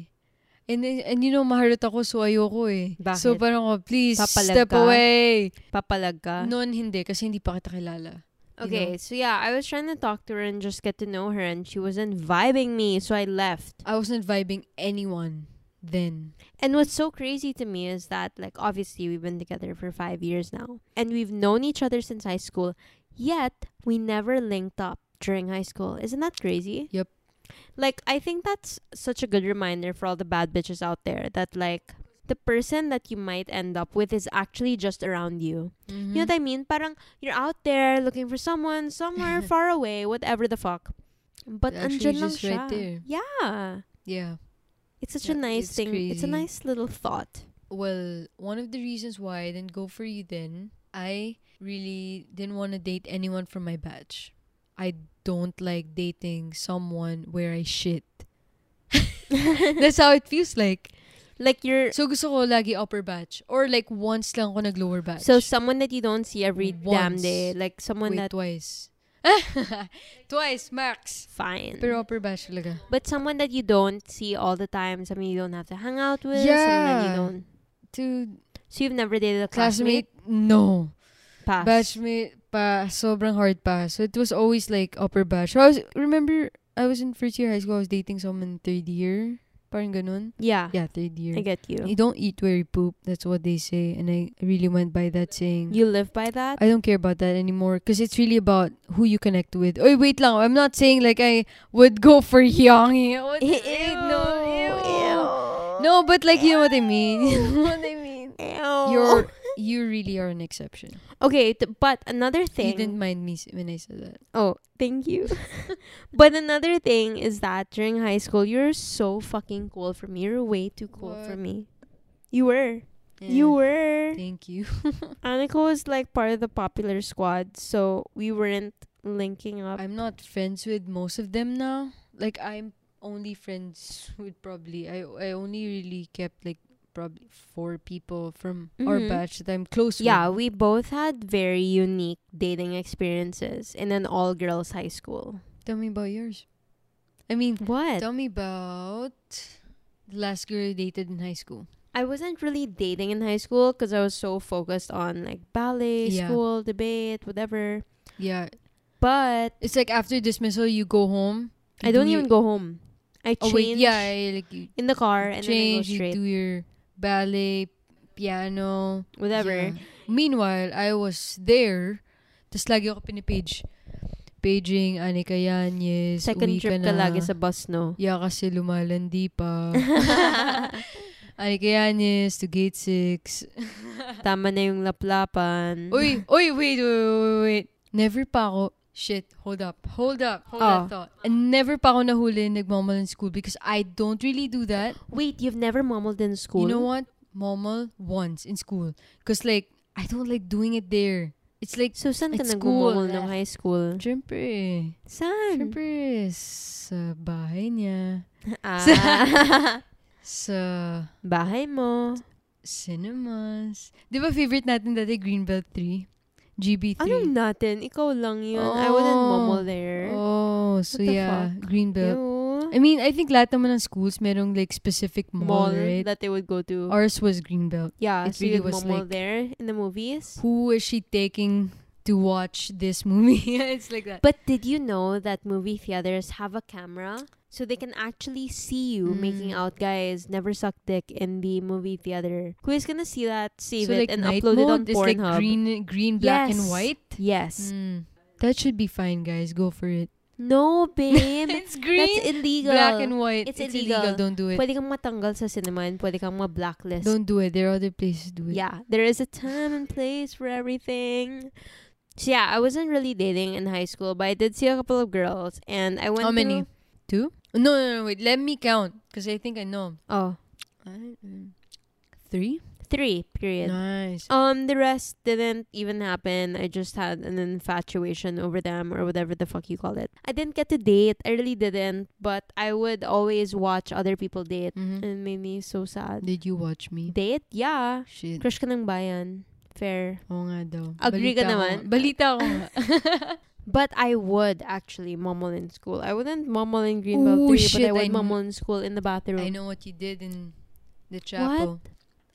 [SPEAKER 2] And, then- and you know, maharot ako, so ayoko eh. So
[SPEAKER 1] Bakit?
[SPEAKER 2] parang ako, please,
[SPEAKER 1] Papalag
[SPEAKER 2] step
[SPEAKER 1] ka?
[SPEAKER 2] away.
[SPEAKER 1] Papalag ka.
[SPEAKER 2] Noon hindi, kasi hindi pa kita kilala.
[SPEAKER 1] okay, so yeah, I was trying to talk to her and just get to know her and she wasn't vibing me, so I left.
[SPEAKER 2] I wasn't vibing anyone then.
[SPEAKER 1] And what's so crazy to me is that, like, obviously, we've been together for five years now, and we've known each other since high school, yet we never linked up during high school. Isn't that crazy?
[SPEAKER 2] Yep.
[SPEAKER 1] Like, I think that's such a good reminder for all the bad bitches out there that, like, the person that you might end up with is actually just around you.
[SPEAKER 2] Mm-hmm.
[SPEAKER 1] You know
[SPEAKER 2] Mm.
[SPEAKER 1] what I mean? Parang you're out there looking for someone
[SPEAKER 2] <laughs>
[SPEAKER 1] somewhere far away, whatever the fuck. But
[SPEAKER 2] They're actually
[SPEAKER 1] andyan lang
[SPEAKER 2] just right
[SPEAKER 1] siya.
[SPEAKER 2] there.
[SPEAKER 1] Yeah.
[SPEAKER 2] Yeah.
[SPEAKER 1] It's such a
[SPEAKER 2] Yeah,
[SPEAKER 1] nice
[SPEAKER 2] it's
[SPEAKER 1] thing. It's a
[SPEAKER 2] crazy.
[SPEAKER 1] nice little thought.
[SPEAKER 2] well, one of the reasons why I didn't go for you then, I really didn't want to date anyone from my batch. I don't like dating someone where I shit. <laughs> That's how it feels like.
[SPEAKER 1] <laughs> Like you're
[SPEAKER 2] So gusto ko lagi upper batch or like once lang ako nag lower batch.
[SPEAKER 1] so someone that you don't see every damn
[SPEAKER 2] Once.
[SPEAKER 1] day, like someone
[SPEAKER 2] Wait,
[SPEAKER 1] that
[SPEAKER 2] twice. <laughs> twice max.
[SPEAKER 1] fine.
[SPEAKER 2] Pero upper batch talaga.
[SPEAKER 1] but someone that you don't see all the time, someone you don't have to hang out with, someone that you
[SPEAKER 2] Yeah.
[SPEAKER 1] don't.
[SPEAKER 2] To
[SPEAKER 1] So you've never dated a classmate,
[SPEAKER 2] classmate, no.
[SPEAKER 1] pass.
[SPEAKER 2] Batchmate pa, sobrang hard pa. So it was always like upper batch. I was, remember, I was in first year high school, I was dating someone third year. Parang ganun.
[SPEAKER 1] yeah,
[SPEAKER 2] Yeah,
[SPEAKER 1] I
[SPEAKER 2] third year.
[SPEAKER 1] get you.
[SPEAKER 2] You don't eat where you poop. That's what they say. And I really went by that saying.
[SPEAKER 1] You live by that.
[SPEAKER 2] I don't care about that anymore because it's really about who you connect with. Oh, wait lang. I'm not saying like I would go for Hyungi. What-
[SPEAKER 1] Ew,
[SPEAKER 2] <laughs> ew, ew.
[SPEAKER 1] ew.
[SPEAKER 2] No, but like you know what
[SPEAKER 1] <laughs>
[SPEAKER 2] I mean. You know what I mean.
[SPEAKER 1] Ew.
[SPEAKER 2] <laughs> You're you really are an exception.
[SPEAKER 1] okay, t- but another
[SPEAKER 2] You
[SPEAKER 1] thing.
[SPEAKER 2] didn't mind me s- when I said that.
[SPEAKER 1] Oh, thank
[SPEAKER 2] <laughs>
[SPEAKER 1] you. <laughs> but another thing is that during high school, you're so fucking cool for me. You're way too cool for
[SPEAKER 2] What?
[SPEAKER 1] me. You were.
[SPEAKER 2] Yeah.
[SPEAKER 1] You were.
[SPEAKER 2] Thank you.
[SPEAKER 1] Annika was like part of the popular squad, so we weren't linking up.
[SPEAKER 2] I'm not friends with most of them now. Like I'm only friends <laughs> with probably I I only really kept like probably four people from our
[SPEAKER 1] Mhm.
[SPEAKER 2] batch that I'm close
[SPEAKER 1] yeah,
[SPEAKER 2] with.
[SPEAKER 1] we both had very unique dating experiences in an all girls high school.
[SPEAKER 2] Tell me about yours. I mean,
[SPEAKER 1] What?
[SPEAKER 2] tell me about the last girl you dated in high school.
[SPEAKER 1] I wasn't really dating in high school because I was so focused on like ballet,
[SPEAKER 2] Yeah.
[SPEAKER 1] school, debate, whatever.
[SPEAKER 2] Yeah,
[SPEAKER 1] But
[SPEAKER 2] it's like after dismissal you go home.
[SPEAKER 1] I
[SPEAKER 2] you
[SPEAKER 1] don't
[SPEAKER 2] do
[SPEAKER 1] even
[SPEAKER 2] your-
[SPEAKER 1] go home. I
[SPEAKER 2] Oh
[SPEAKER 1] change
[SPEAKER 2] wait, yeah, I- like you
[SPEAKER 1] in the car and then I go
[SPEAKER 2] change. You
[SPEAKER 1] straight.
[SPEAKER 2] do your ballet, piano.
[SPEAKER 1] Whatever.
[SPEAKER 2] Yeah. Meanwhile, I was there. Tapos lagi ako pinipage. Paging, Anika Yanez,
[SPEAKER 1] Second
[SPEAKER 2] uwi
[SPEAKER 1] trip ka
[SPEAKER 2] ka na.
[SPEAKER 1] lagi sa bus,
[SPEAKER 2] <laughs>
[SPEAKER 1] no?
[SPEAKER 2] Yeah, kasi lumalandi
[SPEAKER 1] <laughs>
[SPEAKER 2] pa. Anika Yanez to gate
[SPEAKER 1] <laughs>
[SPEAKER 2] 6.
[SPEAKER 1] Tama na yung laplapan.
[SPEAKER 2] Uy, uy, wait, wait, wait, wait. Never pa ako, shit, hold up, hold up, hold
[SPEAKER 1] Oh.
[SPEAKER 2] that thought. And never pa ako nahuli nagmamahal in school because I don't really do that.
[SPEAKER 1] Wait, you've never mumbled in school?
[SPEAKER 2] You know what? Momal once in school. Because like, I don't like doing it there. It's like,
[SPEAKER 1] So, saan ka
[SPEAKER 2] At
[SPEAKER 1] nagmumumble
[SPEAKER 2] school.
[SPEAKER 1] ng high school?
[SPEAKER 2] syempre
[SPEAKER 1] Saan?
[SPEAKER 2] Siyempre, sa bahay niya,
[SPEAKER 1] Ah,
[SPEAKER 2] sa
[SPEAKER 1] <laughs> bahay mo.
[SPEAKER 2] cinemas. Di ba favorite natin dati, Greenbelt 3? GB3.
[SPEAKER 1] Anong natin? Ikaw lang yun. I wouldn't
[SPEAKER 2] Oh.
[SPEAKER 1] mumble there.
[SPEAKER 2] Oh, so
[SPEAKER 1] What the
[SPEAKER 2] yeah, Greenbelt.
[SPEAKER 1] Ew.
[SPEAKER 2] I mean, I think lahat naman ng schools merong like specific mall,
[SPEAKER 1] Mall
[SPEAKER 2] right?
[SPEAKER 1] that they would go to.
[SPEAKER 2] Ours was Greenbelt.
[SPEAKER 1] yeah,
[SPEAKER 2] it
[SPEAKER 1] so
[SPEAKER 2] really
[SPEAKER 1] you'd
[SPEAKER 2] was
[SPEAKER 1] mumble
[SPEAKER 2] like-
[SPEAKER 1] there in the movies.
[SPEAKER 2] Who is she taking to watch this movie? <laughs> it's like that.
[SPEAKER 1] But did you know that movie theaters have a camera? So they can actually see you making
[SPEAKER 2] Mm.
[SPEAKER 1] out guys never suck dick in the movie theater. Who is gonna see that, save
[SPEAKER 2] so
[SPEAKER 1] it,
[SPEAKER 2] like
[SPEAKER 1] and
[SPEAKER 2] night
[SPEAKER 1] upload it on
[SPEAKER 2] mode is like
[SPEAKER 1] Pornhub?
[SPEAKER 2] green, green,
[SPEAKER 1] Yes.
[SPEAKER 2] black, and white.
[SPEAKER 1] Yes.
[SPEAKER 2] Mm. That should be fine, guys. Go for it.
[SPEAKER 1] No, babe.
[SPEAKER 2] <laughs> it's green,
[SPEAKER 1] That's illegal.
[SPEAKER 2] black and white.
[SPEAKER 1] It's
[SPEAKER 2] It's,
[SPEAKER 1] illegal.
[SPEAKER 2] illegal. Don't do it.
[SPEAKER 1] Pwede kang matanggal sa cinema and pwede kang ma-blacklist.
[SPEAKER 2] Don't do it. There are other places to do it.
[SPEAKER 1] Yeah, there is a time and place for everything. So yeah, I wasn't really dating in high school, but I did see a couple of girls, and I went.
[SPEAKER 2] How many?
[SPEAKER 1] to-
[SPEAKER 2] Two? No, no, no. Wait. Let me count because I think I know.
[SPEAKER 1] oh,
[SPEAKER 2] Three.
[SPEAKER 1] three. Period.
[SPEAKER 2] Nice.
[SPEAKER 1] Um, the rest didn't even happen. I just had an infatuation over them or whatever the fuck you call it. I didn't get to date. I really didn't. But I would always watch other people date,
[SPEAKER 2] Mhm.
[SPEAKER 1] and it made me so sad.
[SPEAKER 2] Did you watch me?
[SPEAKER 1] Date? Yeah.
[SPEAKER 2] Shit.
[SPEAKER 1] Crush ka ng bayan. Fair.
[SPEAKER 2] Oo nga daw.
[SPEAKER 1] Agree ka
[SPEAKER 2] Balita ko
[SPEAKER 1] naman.
[SPEAKER 2] <laughs> nga.
[SPEAKER 1] <laughs>
[SPEAKER 2] Balita ko nga.
[SPEAKER 1] But I would actually mumble in school. I wouldn't mumble in Greenbelt
[SPEAKER 2] Ooh,
[SPEAKER 1] 3, but
[SPEAKER 2] shit,
[SPEAKER 1] I
[SPEAKER 2] I
[SPEAKER 1] would
[SPEAKER 2] kn-
[SPEAKER 1] mumble in school in the bathroom.
[SPEAKER 2] I know what you did in the chapel.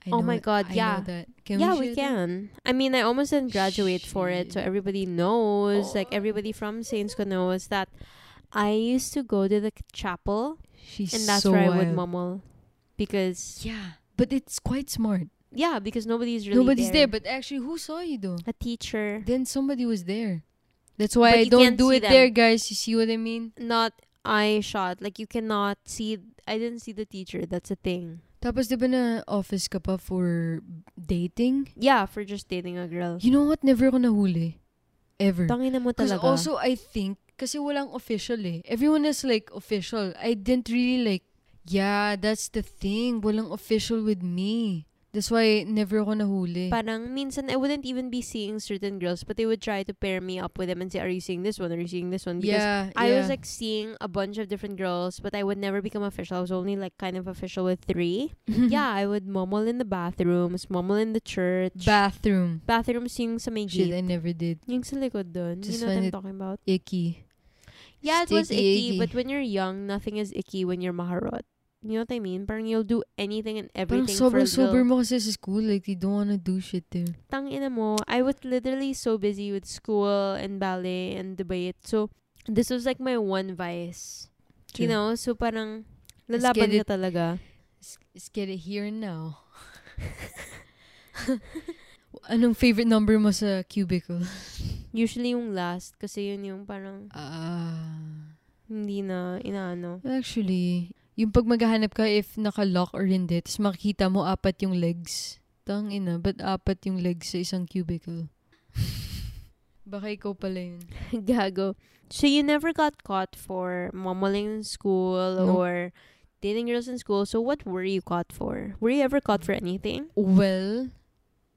[SPEAKER 2] I
[SPEAKER 1] Oh
[SPEAKER 2] know
[SPEAKER 1] my
[SPEAKER 2] it.
[SPEAKER 1] God,
[SPEAKER 2] I
[SPEAKER 1] yeah.
[SPEAKER 2] know that. Can
[SPEAKER 1] yeah,
[SPEAKER 2] we,
[SPEAKER 1] we can. I mean, I almost didn't graduate for it, so
[SPEAKER 2] Shit.
[SPEAKER 1] everybody knows, like everybody from Saints Ko knows that I used to go to the k- chapel,
[SPEAKER 2] She's
[SPEAKER 1] and that's
[SPEAKER 2] so
[SPEAKER 1] where
[SPEAKER 2] wild.
[SPEAKER 1] I would mumble. Because,
[SPEAKER 2] Yeah. But it's quite smart.
[SPEAKER 1] yeah, because nobody's really
[SPEAKER 2] Nobody's there. But actually, who saw you though?
[SPEAKER 1] a teacher,
[SPEAKER 2] Then somebody was there. That's
[SPEAKER 1] But
[SPEAKER 2] why I
[SPEAKER 1] you can't
[SPEAKER 2] don't do
[SPEAKER 1] see
[SPEAKER 2] it
[SPEAKER 1] them.
[SPEAKER 2] there, guys. You see what I mean?
[SPEAKER 1] not eye shot. Like, you cannot see, I didn't see the teacher. That's a thing.
[SPEAKER 2] Tapos di ba na office ka pa for dating?
[SPEAKER 1] Yeah, for just dating a girl.
[SPEAKER 2] You know what? Never ako nahuli. Ever.
[SPEAKER 1] Tangina mo
[SPEAKER 2] Because
[SPEAKER 1] talaga.
[SPEAKER 2] also, eh, I think, kasi walang official eh. Everyone is like official. I didn't really like, yeah, that's the thing. Walang official with me. That's why never ako nahuli.
[SPEAKER 1] Parang minsan I wouldn't even be seeing certain girls, but they would try to pair me up with them and say, "Are you seeing this one? Are you seeing this one?" Because
[SPEAKER 2] yeah,
[SPEAKER 1] I
[SPEAKER 2] yeah.
[SPEAKER 1] was like seeing a bunch of different girls, but I would never become official. I was only like kind of official with three.
[SPEAKER 2] Mm-hmm.
[SPEAKER 1] yeah, I would momol in the bathrooms, momol in the church.
[SPEAKER 2] <laughs> Bathroom.
[SPEAKER 1] bathrooms yung sa may
[SPEAKER 2] Shit,
[SPEAKER 1] gate.
[SPEAKER 2] I never did.
[SPEAKER 1] Yung sa likod dun.
[SPEAKER 2] Just
[SPEAKER 1] you know what
[SPEAKER 2] when
[SPEAKER 1] I'm
[SPEAKER 2] it-
[SPEAKER 1] talking about?
[SPEAKER 2] Icky.
[SPEAKER 1] Yeah, it was
[SPEAKER 2] Sticky,
[SPEAKER 1] icky,
[SPEAKER 2] icky.
[SPEAKER 1] but when you're young, nothing is icky when you're maharot. You know what I mean? Parang you'll do anything and
[SPEAKER 2] Parang
[SPEAKER 1] everything for a
[SPEAKER 2] sobrang sober
[SPEAKER 1] girl.
[SPEAKER 2] mo kasi sa school. Like, you don't wanna do shit there.
[SPEAKER 1] Tangina mo. I was literally so busy with school and ballet and debate. So, this was like my one vice. You
[SPEAKER 2] True.
[SPEAKER 1] know? So, parang
[SPEAKER 2] Let's
[SPEAKER 1] lalaban
[SPEAKER 2] get
[SPEAKER 1] ka talaga.
[SPEAKER 2] Let's, let's get it here and now. <laughs> Anong favorite number mo sa cubicle?
[SPEAKER 1] Usually yung last kasi yun yung parang
[SPEAKER 2] Ah.
[SPEAKER 1] hindi na
[SPEAKER 2] <laughs>
[SPEAKER 1] inaano.
[SPEAKER 2] actually, yung pag maghahanap ka if naka-lock or hindi, tapos makikita mo apat yung legs. Tang ina, ba't apat yung legs sa isang cubicle? <laughs> Baka ikaw pala yun.
[SPEAKER 1] Gago. So you never got caught for momoling in school
[SPEAKER 2] No.
[SPEAKER 1] or dating girls in school. So what were you caught for? Were you ever caught for anything?
[SPEAKER 2] Well,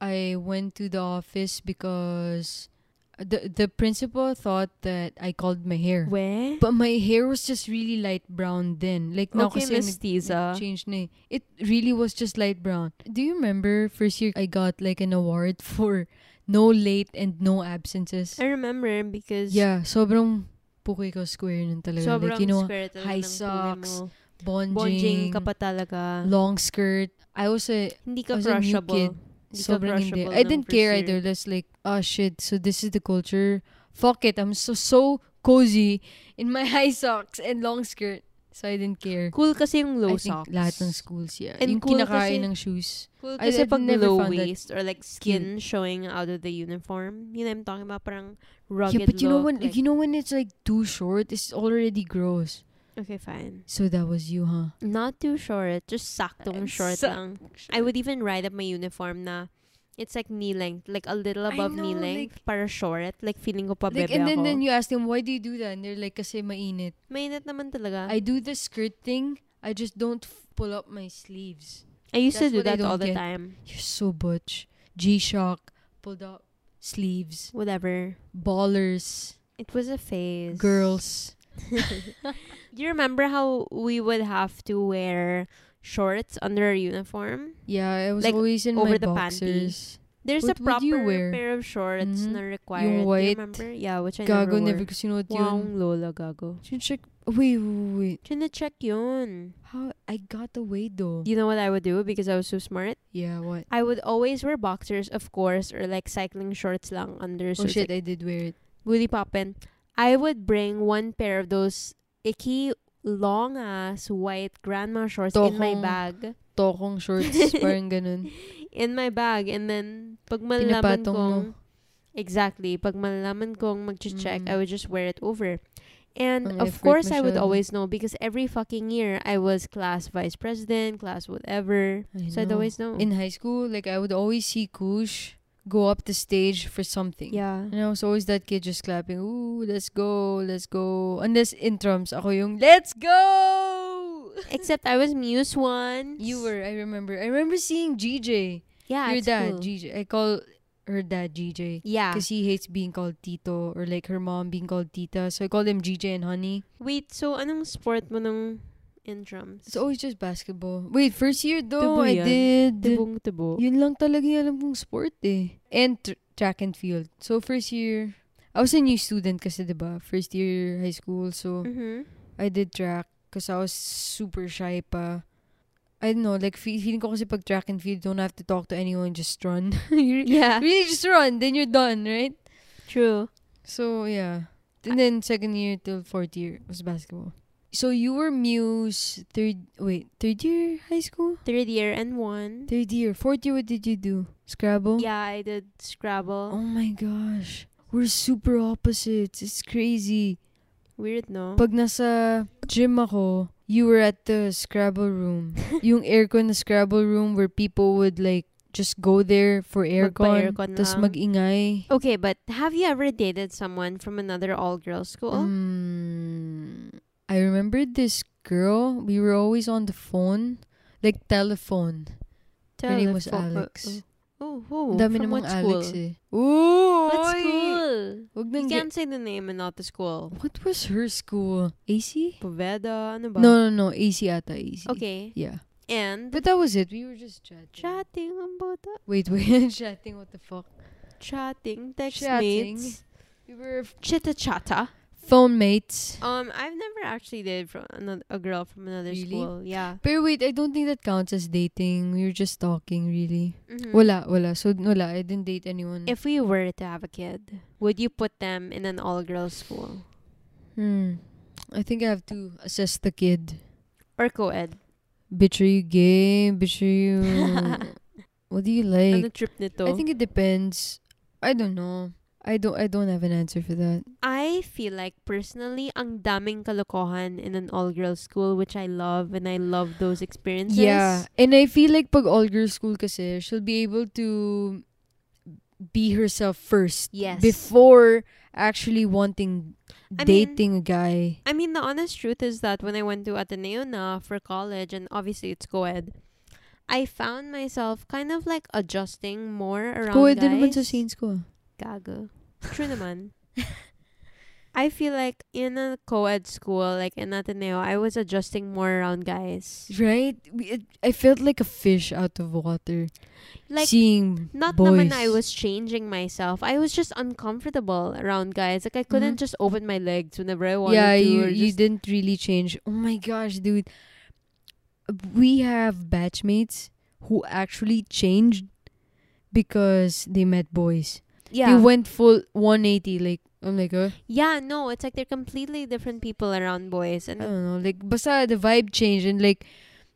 [SPEAKER 2] I went to the office because the the principal thought that I called my hair.
[SPEAKER 1] Where?
[SPEAKER 2] But my hair was just really light brown then. Like now
[SPEAKER 1] Okay,
[SPEAKER 2] kasi
[SPEAKER 1] Miss Tiza.
[SPEAKER 2] changed na eh. It really was just light brown. Do you remember first year I got like an award <laughs> for no late and no absences?
[SPEAKER 1] I remember because
[SPEAKER 2] Yeah, sobrang pukoy ko square nun talaga.
[SPEAKER 1] sobrang
[SPEAKER 2] like, you know,
[SPEAKER 1] square talaga
[SPEAKER 2] high
[SPEAKER 1] ng
[SPEAKER 2] socks,
[SPEAKER 1] kulay mo.
[SPEAKER 2] bonding,
[SPEAKER 1] Bonjing ka pa talaga.
[SPEAKER 2] long skirt. I was a,
[SPEAKER 1] Hindi
[SPEAKER 2] I
[SPEAKER 1] ka
[SPEAKER 2] was a new kid.
[SPEAKER 1] crushable. Hindi ka
[SPEAKER 2] Sobrang hindi.
[SPEAKER 1] crushable
[SPEAKER 2] I
[SPEAKER 1] ng
[SPEAKER 2] didn't
[SPEAKER 1] first
[SPEAKER 2] care
[SPEAKER 1] year.
[SPEAKER 2] either. That's like, ah shit, so this is the culture. Fuck it, I'm so, so cozy in my <laughs> high socks and long skirt. So I didn't care.
[SPEAKER 1] Cool kasi yung low
[SPEAKER 2] I think
[SPEAKER 1] socks.
[SPEAKER 2] lahat ng schools, yeah.
[SPEAKER 1] And
[SPEAKER 2] yung
[SPEAKER 1] cool
[SPEAKER 2] kinakain
[SPEAKER 1] kasi-
[SPEAKER 2] ng shoes.
[SPEAKER 1] Cool
[SPEAKER 2] I-
[SPEAKER 1] kasi
[SPEAKER 2] I've
[SPEAKER 1] pag
[SPEAKER 2] never
[SPEAKER 1] low
[SPEAKER 2] found that
[SPEAKER 1] waist or like skin showing out of the uniform, you know I'm talking about parang rugged
[SPEAKER 2] yeah, but you know
[SPEAKER 1] look,
[SPEAKER 2] when
[SPEAKER 1] like-
[SPEAKER 2] you know when it's like too short, it's already gross.
[SPEAKER 1] Okay, fine.
[SPEAKER 2] So that was you, huh?
[SPEAKER 1] Not too short, just saktong
[SPEAKER 2] And
[SPEAKER 1] short
[SPEAKER 2] sak-
[SPEAKER 1] lang. I would even ride up my uniform na it's like knee length, like a little
[SPEAKER 2] I
[SPEAKER 1] above knee
[SPEAKER 2] know,
[SPEAKER 1] length para short, like feeling ko pa
[SPEAKER 2] Like,
[SPEAKER 1] bebe
[SPEAKER 2] and then,
[SPEAKER 1] ako.
[SPEAKER 2] then you ask them, why do you do that? And they're like, kasi mainit.
[SPEAKER 1] Mainit naman talaga.
[SPEAKER 2] I do the skirt thing, I just don't f- pull up my sleeves.
[SPEAKER 1] I used to
[SPEAKER 2] That's
[SPEAKER 1] do
[SPEAKER 2] what I
[SPEAKER 1] that all
[SPEAKER 2] don't
[SPEAKER 1] the
[SPEAKER 2] get.
[SPEAKER 1] time.
[SPEAKER 2] You're so butch. G-Shock, pulled up, sleeves,
[SPEAKER 1] Whatever.
[SPEAKER 2] ballers,
[SPEAKER 1] It was a phase.
[SPEAKER 2] girls.
[SPEAKER 1] Do you remember how we would have to wear shorts under our uniform?
[SPEAKER 2] Yeah, I was
[SPEAKER 1] Like,
[SPEAKER 2] always in
[SPEAKER 1] over
[SPEAKER 2] my
[SPEAKER 1] the panty.
[SPEAKER 2] boxers.
[SPEAKER 1] There's
[SPEAKER 2] What
[SPEAKER 1] a
[SPEAKER 2] would you
[SPEAKER 1] proper
[SPEAKER 2] wear?
[SPEAKER 1] pair of shorts
[SPEAKER 2] Mhm.
[SPEAKER 1] na required. Do you
[SPEAKER 2] white.
[SPEAKER 1] remember? Yeah, which I
[SPEAKER 2] Gago,
[SPEAKER 1] never
[SPEAKER 2] never
[SPEAKER 1] wore.
[SPEAKER 2] ko sinuot yun.
[SPEAKER 1] Wang lola gago.
[SPEAKER 2] Chinecheck. Wait, wait, wait.
[SPEAKER 1] Chine-check yun.
[SPEAKER 2] How I got away though.
[SPEAKER 1] You know what I would do because I was so smart?
[SPEAKER 2] Yeah, what?
[SPEAKER 1] I would always wear boxers, of course, or like cycling shorts lang under. So
[SPEAKER 2] oh
[SPEAKER 1] it's
[SPEAKER 2] shit,
[SPEAKER 1] Like,
[SPEAKER 2] I did wear it.
[SPEAKER 1] Woody Poppin. I would bring one pair of those icky, long ass white grandma shorts in my
[SPEAKER 2] Tokong.
[SPEAKER 1] bag.
[SPEAKER 2] Tokong shorts, <laughs> parang ganun.
[SPEAKER 1] In my bag. And then, pag malalaman
[SPEAKER 2] Pinapatong mo.
[SPEAKER 1] kong... Exactly. Pag malalaman kong mag-check,
[SPEAKER 2] Mm.
[SPEAKER 1] I would just wear it over. And
[SPEAKER 2] Ang
[SPEAKER 1] of
[SPEAKER 2] effort
[SPEAKER 1] course, I would
[SPEAKER 2] masyado.
[SPEAKER 1] always know because every fucking year I was class vice president, class whatever.
[SPEAKER 2] I
[SPEAKER 1] So I'd
[SPEAKER 2] know.
[SPEAKER 1] always know.
[SPEAKER 2] In high school, like I would always see Kush go up the stage for something. <laughs>
[SPEAKER 1] yeah.
[SPEAKER 2] And I was always that kid just clapping, ooh, let's go, let's go. Unless intrams, ako yung, let's go!
[SPEAKER 1] Except I was Muse once.
[SPEAKER 2] You were, I remember. I remember seeing GJ.
[SPEAKER 1] Yeah.
[SPEAKER 2] Your
[SPEAKER 1] it's
[SPEAKER 2] dad,
[SPEAKER 1] cool.
[SPEAKER 2] GJ. I call her dad GJ.
[SPEAKER 1] yeah.
[SPEAKER 2] Because he hates being called Tito or like her mom being called Tita. So I called him GJ and Honey.
[SPEAKER 1] Wait, so anong sport mo nung intrams?
[SPEAKER 2] It's always just basketball. Wait, first year though,
[SPEAKER 1] Tubo
[SPEAKER 2] I
[SPEAKER 1] yan.
[SPEAKER 2] did.
[SPEAKER 1] tubong tubo.
[SPEAKER 2] Yun lang talaga yung alam kong sport eh. And tr- track and field. So first year, I was a new student kasi 'di ba? First year high school. So
[SPEAKER 1] <laughs>
[SPEAKER 2] <laughs>
[SPEAKER 1] Mm-hmm.
[SPEAKER 2] I did track because I was super shy pa. I don't know, like fe- feeling ko kasi pag track and field, don't have to talk to anyone, just run.
[SPEAKER 1] <laughs>
[SPEAKER 2] you
[SPEAKER 1] Yeah,
[SPEAKER 2] really just run, then you're done, right?
[SPEAKER 1] true.
[SPEAKER 2] So yeah. And then second year till fourth year was basketball. So you were Muse third wait, third year high school?
[SPEAKER 1] Third year and one.
[SPEAKER 2] Third year. Fourth year what did you do? Scrabble?
[SPEAKER 1] Yeah, I did Scrabble.
[SPEAKER 2] Oh my gosh. We're super opposites. It's crazy.
[SPEAKER 1] Weird, no?
[SPEAKER 2] Pag nasa gym ako, you were at the Scrabble
[SPEAKER 1] <laughs>
[SPEAKER 2] room. yung aircon na Scrabble room where people would like just go there for aircon.
[SPEAKER 1] Magpa-aircon
[SPEAKER 2] Tapos
[SPEAKER 1] lang.
[SPEAKER 2] mag-ingay.
[SPEAKER 1] okay, but have you ever dated someone from another all-girls school?
[SPEAKER 2] Mm, I remember this girl. We were always on the phone. Like telephone. Her name
[SPEAKER 1] if
[SPEAKER 2] was
[SPEAKER 1] fo-
[SPEAKER 2] Alex.
[SPEAKER 1] Oh, who?
[SPEAKER 2] Ang dami
[SPEAKER 1] From
[SPEAKER 2] namang
[SPEAKER 1] what school?
[SPEAKER 2] Alex eh. Ooh!
[SPEAKER 1] What
[SPEAKER 2] oy!
[SPEAKER 1] school?
[SPEAKER 2] Wag
[SPEAKER 1] You
[SPEAKER 2] nang get-
[SPEAKER 1] can't say the name and not the school.
[SPEAKER 2] What was her school? AC?
[SPEAKER 1] Poveda, ano ba?
[SPEAKER 2] No, no, no. AC ata. AC.
[SPEAKER 1] Okay.
[SPEAKER 2] Yeah.
[SPEAKER 1] And
[SPEAKER 2] But that was it. We were just chatting.
[SPEAKER 1] chatting about that.
[SPEAKER 2] Wait, wait. <laughs> chatting. What the fuck?
[SPEAKER 1] Chatting, text
[SPEAKER 2] Chatting.
[SPEAKER 1] mates,
[SPEAKER 2] We were f-
[SPEAKER 1] chitta chatta.
[SPEAKER 2] phone mates.
[SPEAKER 1] Um, I've never actually dated from another, a girl from another
[SPEAKER 2] Really?
[SPEAKER 1] school. Yeah.
[SPEAKER 2] Pero wait, I don't think that counts as dating. We were just talking, really.
[SPEAKER 1] Mhm.
[SPEAKER 2] Wala, wala. So, wala. I didn't date anyone.
[SPEAKER 1] If we were to have a kid, would you put them in an all-girls school
[SPEAKER 2] Hmm. I think I have to assess the kid.
[SPEAKER 1] or co-ed?
[SPEAKER 2] Betray you gay, betray you...
[SPEAKER 1] <laughs>
[SPEAKER 2] Mm. what do you like?
[SPEAKER 1] ano trip nito?
[SPEAKER 2] I think it depends. I don't know. I don't I don't have an answer for that.
[SPEAKER 1] I feel like personally, ang daming kalokohan in an all-girls school, which I love, and I love those experiences.
[SPEAKER 2] Yeah. And I feel like pag all girls school kasi, she'll be able to be herself first.
[SPEAKER 1] Yes.
[SPEAKER 2] Before actually wanting
[SPEAKER 1] I mean-
[SPEAKER 2] dating a guy.
[SPEAKER 1] I mean, the honest truth is that when I went to Ateneo na for college, and obviously it's co-ed, I found myself kind of like adjusting more around
[SPEAKER 2] Kuha
[SPEAKER 1] guys.
[SPEAKER 2] din naman sa scenes ko. ah.
[SPEAKER 1] Gago. True naman. I feel like in a co-ed school, like in Ateneo, I was adjusting more around guys.
[SPEAKER 2] Right? We- it- I felt like a fish out of water.
[SPEAKER 1] Like,
[SPEAKER 2] seeing
[SPEAKER 1] not
[SPEAKER 2] boys.
[SPEAKER 1] naman I was changing myself. I was just uncomfortable around guys. Like, I couldn't just open my legs whenever I wanted
[SPEAKER 2] Mm-hmm. yeah,
[SPEAKER 1] to.
[SPEAKER 2] you
[SPEAKER 1] or
[SPEAKER 2] you
[SPEAKER 1] just-
[SPEAKER 2] didn't really change. Oh my gosh, dude. We have batchmates who actually changed because they met boys.
[SPEAKER 1] Yeah.
[SPEAKER 2] They went full 180 like I'm like, "Oh, huh?
[SPEAKER 1] yeah, no, it's like they're completely different people around boys.
[SPEAKER 2] I
[SPEAKER 1] And
[SPEAKER 2] don't know. Like basta the vibe changed and like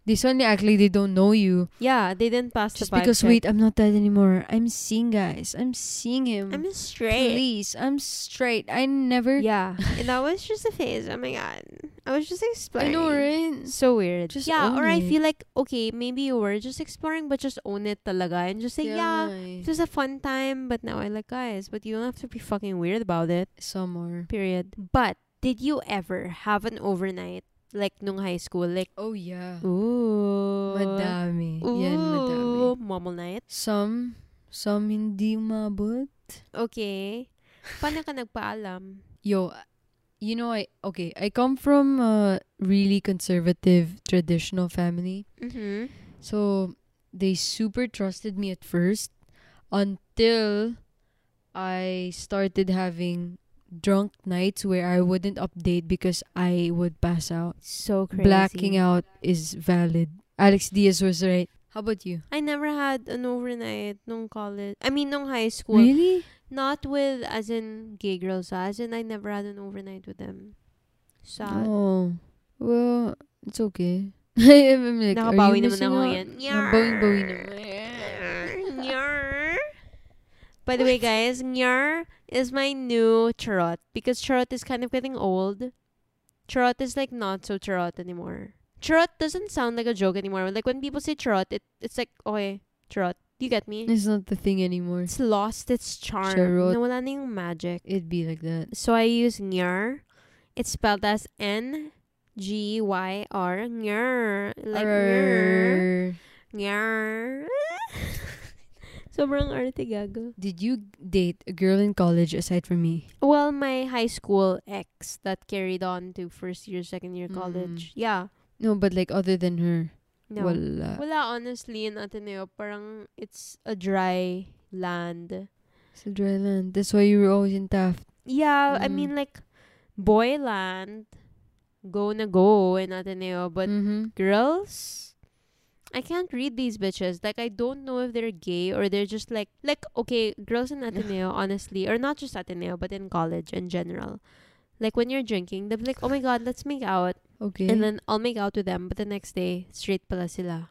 [SPEAKER 2] they suddenly act like they don't know you
[SPEAKER 1] yeah, they didn't pass
[SPEAKER 2] just
[SPEAKER 1] the vibe
[SPEAKER 2] because
[SPEAKER 1] check.
[SPEAKER 2] wait, I'm not that anymore. I'm seeing guys. I'm seeing him.
[SPEAKER 1] I'm straight.
[SPEAKER 2] Please, I'm straight. I never <laughs>
[SPEAKER 1] Yeah. and that was just a phase. Oh my god. I was just
[SPEAKER 2] I
[SPEAKER 1] exploring.
[SPEAKER 2] know, right?
[SPEAKER 1] So weird.
[SPEAKER 2] Just
[SPEAKER 1] yeah,
[SPEAKER 2] own
[SPEAKER 1] or I
[SPEAKER 2] it.
[SPEAKER 1] feel like, okay, maybe you were just exploring, but just own it talaga. And just say, yeah,
[SPEAKER 2] Ay.
[SPEAKER 1] it was a fun time, but now I like guys. But you don't have to be fucking weird about it.
[SPEAKER 2] Some are.
[SPEAKER 1] Period. But did you ever have an overnight, like nung high school? Like,
[SPEAKER 2] Oh yeah.
[SPEAKER 1] ooh.
[SPEAKER 2] Madami.
[SPEAKER 1] Ooh.
[SPEAKER 2] Yan, madami.
[SPEAKER 1] Momol night.
[SPEAKER 2] Some, some hindi umabot.
[SPEAKER 1] Okay. Paano ka nagpaalam?
[SPEAKER 2] Yo, you know, I, okay, I come from a really conservative, traditional family.
[SPEAKER 1] Mm-hmm.
[SPEAKER 2] So, they super trusted me at first until I started having drunk nights where I wouldn't update because I would pass out.
[SPEAKER 1] So crazy.
[SPEAKER 2] Blacking out is valid. Alex Diaz was right. How about you?
[SPEAKER 1] I never had an overnight nung college. I mean, nung high school.
[SPEAKER 2] Really?
[SPEAKER 1] Not with, as in, gay girls. ah. As in, I never had an overnight with them. So,
[SPEAKER 2] Oh. Well, it's okay. <laughs> I'm like, are
[SPEAKER 1] nakabawi
[SPEAKER 2] you
[SPEAKER 1] naman
[SPEAKER 2] missing
[SPEAKER 1] ako
[SPEAKER 2] out?
[SPEAKER 1] yan.
[SPEAKER 2] Nabawing-bawi naman.
[SPEAKER 1] Nyar. By the way, guys, Nyar is my new charot. Because charot is kind of getting old. Charot is, like, not so charot anymore. Charot doesn't sound like a joke anymore. Like, when people say charot, it, it's like, okay, charot. You get me?
[SPEAKER 2] It's not the thing anymore.
[SPEAKER 1] It's lost its charm.
[SPEAKER 2] Mm. Charot.
[SPEAKER 1] Nawala na yung magic.
[SPEAKER 2] It'd be like that.
[SPEAKER 1] So I use nyar. It's spelled as N G Y R nyar. Like nyar.
[SPEAKER 2] Arr.
[SPEAKER 1] <laughs> Nyar. Sobrang arte gago.
[SPEAKER 2] Did you date a girl in college aside from me?
[SPEAKER 1] Well, my high school ex that carried on to first year, second year
[SPEAKER 2] Mm.
[SPEAKER 1] college. Yeah.
[SPEAKER 2] No, but like other than her.
[SPEAKER 1] No.
[SPEAKER 2] Wala.
[SPEAKER 1] Wala honestly in Ateneo. Parang it's a dry land.
[SPEAKER 2] Sa dry land. That's why you were always in Taft.
[SPEAKER 1] Yeah, I
[SPEAKER 2] Mm.
[SPEAKER 1] mean like boy land. Go na go in Ateneo. But
[SPEAKER 2] Mhm.
[SPEAKER 1] girls I can't read these bitches. Like I don't know if they're gay or they're just like like okay, girls
[SPEAKER 2] <laughs>
[SPEAKER 1] in Ateneo, honestly, or not just Ateneo, but in college in general. Like when you're drinking, they'll be like, Oh my god, let's make out
[SPEAKER 2] Okay.
[SPEAKER 1] and then I'll make out with them, but the next day, straight pala sila.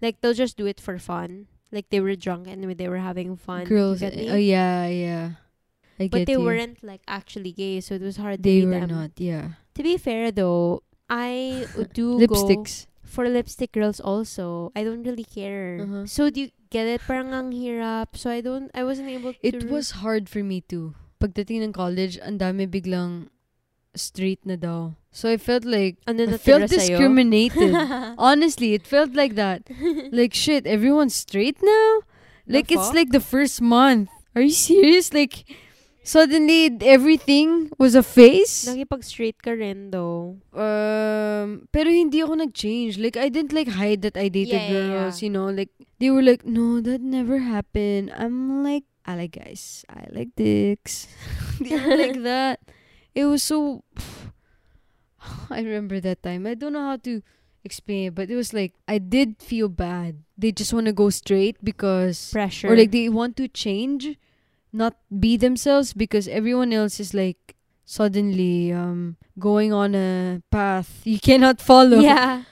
[SPEAKER 1] Like they'll just do it for fun. Like they were drunk and they were having fun. You
[SPEAKER 2] Girls.
[SPEAKER 1] get me?
[SPEAKER 2] Oh, yeah, yeah. I
[SPEAKER 1] but
[SPEAKER 2] get
[SPEAKER 1] they
[SPEAKER 2] you.
[SPEAKER 1] weren't like actually gay, so it was hard
[SPEAKER 2] They
[SPEAKER 1] to
[SPEAKER 2] were
[SPEAKER 1] meet them.
[SPEAKER 2] not, yeah.
[SPEAKER 1] To be fair though,
[SPEAKER 2] <laughs>
[SPEAKER 1] I do go
[SPEAKER 2] Lipsticks.
[SPEAKER 1] for lipstick girls also. I don't really care.
[SPEAKER 2] Uh-huh.
[SPEAKER 1] So do you get it? Parang ang hirap. So I don't, I wasn't able to.
[SPEAKER 2] It was hard for me too. Pagdating ng college, ang dami biglang straight na daw. So I felt like,
[SPEAKER 1] Ano na
[SPEAKER 2] I felt
[SPEAKER 1] tira sa'yo? <laughs>
[SPEAKER 2] discriminated. <laughs> Honestly, it felt like that. Like, shit, everyone's straight now? Like,
[SPEAKER 1] The
[SPEAKER 2] it's
[SPEAKER 1] fuck?
[SPEAKER 2] like the first month. Are you serious? Like, suddenly everything was a face?
[SPEAKER 1] Nakipag-straight ka rin though.
[SPEAKER 2] Um, pero hindi ako nag-change. Like, I didn't like hide that I dated
[SPEAKER 1] Yeah, yeah,
[SPEAKER 2] girls,
[SPEAKER 1] yeah.
[SPEAKER 2] you know? Like, they were like, no, that never happened. I'm like, I like guys. I like dicks. <laughs> they were
[SPEAKER 1] <laughs>
[SPEAKER 2] like that. It was so... <sighs> I remember that time. I don't know how to explain it, but it was like, I did feel bad. They just want to go straight because...
[SPEAKER 1] Pressure.
[SPEAKER 2] Or like, they want to change, not be themselves because everyone else is like suddenly um going on a path you cannot follow. <laughs>
[SPEAKER 1] Yeah.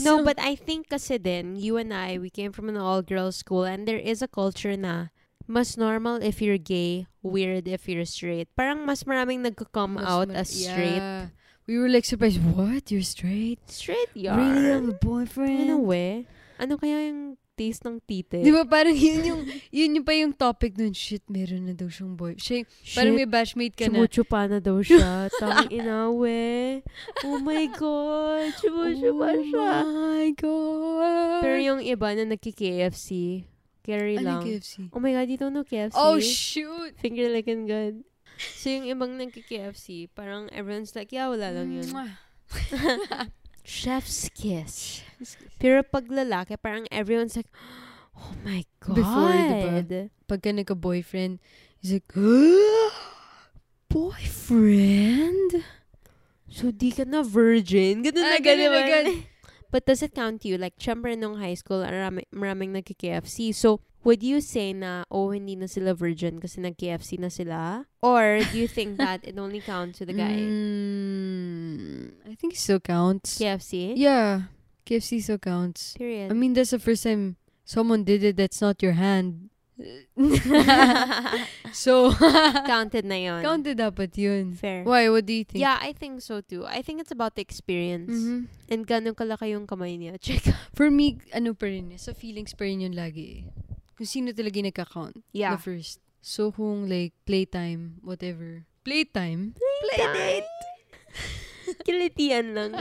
[SPEAKER 1] No,
[SPEAKER 2] So-
[SPEAKER 1] but I think kasi din, you and I, we came from an all-girls school and there is a culture na mas normal if you're gay, weird if you're straight. Parang mas maraming nagko-come
[SPEAKER 2] Mas
[SPEAKER 1] out
[SPEAKER 2] ma-
[SPEAKER 1] as straight.
[SPEAKER 2] Yeah. We were like surprised. What? You're straight?
[SPEAKER 1] Straight yarn.
[SPEAKER 2] Really have a
[SPEAKER 1] Ano
[SPEAKER 2] boyfriend?
[SPEAKER 1] we? Ano kaya yung taste ng tite?
[SPEAKER 2] Di ba parang yun yung yun yung pa yung topic nun. Shit, meron na daw siyang boy. Siya, parang may batchmate ka na.
[SPEAKER 1] Chumuchupa na daw siya. Tanging ina, we. Oh my God. Chumuchupa
[SPEAKER 2] oh
[SPEAKER 1] siya.
[SPEAKER 2] my god.
[SPEAKER 1] Pero yung iba na nagki-KFC, carry
[SPEAKER 2] ano
[SPEAKER 1] lang.
[SPEAKER 2] KFC?
[SPEAKER 1] Oh my God, you don't know KFC?
[SPEAKER 2] Oh shoot.
[SPEAKER 1] Finger licking good. So yung ibang nagki-KFC, parang everyone's like, yeah, wala lang yun.
[SPEAKER 2] Mwah.
[SPEAKER 1] Chef's kiss. Pero pag lalaki, parang everyone's like, <gasps> oh my God.
[SPEAKER 2] Before, diba? pagka nagka-boyfriend, he's like, boyfriend?
[SPEAKER 1] So, di ka na virgin. Ganun na
[SPEAKER 2] Ah, ganun na
[SPEAKER 1] ganun.
[SPEAKER 2] ganun.
[SPEAKER 1] But does it count to you? Like, syempre nung high school, marami, maraming nagki-KFC. So, would you say na, oh, hindi na sila virgin kasi nag-KFC na sila? Or do you think
[SPEAKER 2] <laughs>
[SPEAKER 1] that it only counts to the guy?
[SPEAKER 2] Mm, I think it still counts.
[SPEAKER 1] KFC?
[SPEAKER 2] Yeah, KFC still counts.
[SPEAKER 1] Period.
[SPEAKER 2] I mean, <laughs> that's the first time someone did it that's not your hand.
[SPEAKER 1] <laughs>
[SPEAKER 2] so,
[SPEAKER 1] <laughs> Counted na yun.
[SPEAKER 2] counted dapat yun.
[SPEAKER 1] Fair.
[SPEAKER 2] Why? What do you think?
[SPEAKER 1] Yeah, I think so too. I think it's about the experience.
[SPEAKER 2] Mhm.
[SPEAKER 1] And gano'ng kalaki yung kamay niya. <laughs> Check.
[SPEAKER 2] For me, ano pa rin, eh, sa feelings pa rin yun lagi eh. Kung sino talaga yung nagka-count. the first. So kung like playtime, whatever. Playtime?
[SPEAKER 1] Playdate! Kilitian
[SPEAKER 2] <laughs>
[SPEAKER 1] lang.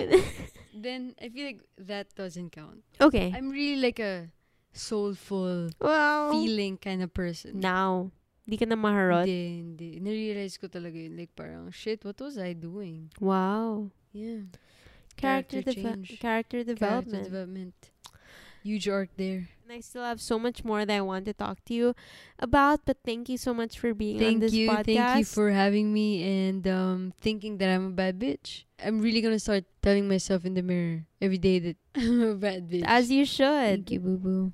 [SPEAKER 2] Then I feel like that doesn't count.
[SPEAKER 1] okay.
[SPEAKER 2] I'm really like a soulful
[SPEAKER 1] wow.
[SPEAKER 2] feeling kind of person.
[SPEAKER 1] Now, di ka na maharot.
[SPEAKER 2] Hindi, hindi. Narealize ko talaga yun. Like parang, shit, what was I doing?
[SPEAKER 1] Wow.
[SPEAKER 2] Yeah.
[SPEAKER 1] Character,
[SPEAKER 2] Character
[SPEAKER 1] deve-
[SPEAKER 2] change.
[SPEAKER 1] character
[SPEAKER 2] Character
[SPEAKER 1] development.
[SPEAKER 2] development. Huge arc there.
[SPEAKER 1] and I still have so much more that I want to talk to you about, but thank you so much for being on
[SPEAKER 2] Thank
[SPEAKER 1] this
[SPEAKER 2] you.
[SPEAKER 1] podcast.
[SPEAKER 2] Thank you for having me and um, thinking that I'm a bad bitch. I'm really gonna start telling myself in the mirror every day that <laughs> I'm a bad bitch.
[SPEAKER 1] As you should.
[SPEAKER 2] Thank you, boo boo.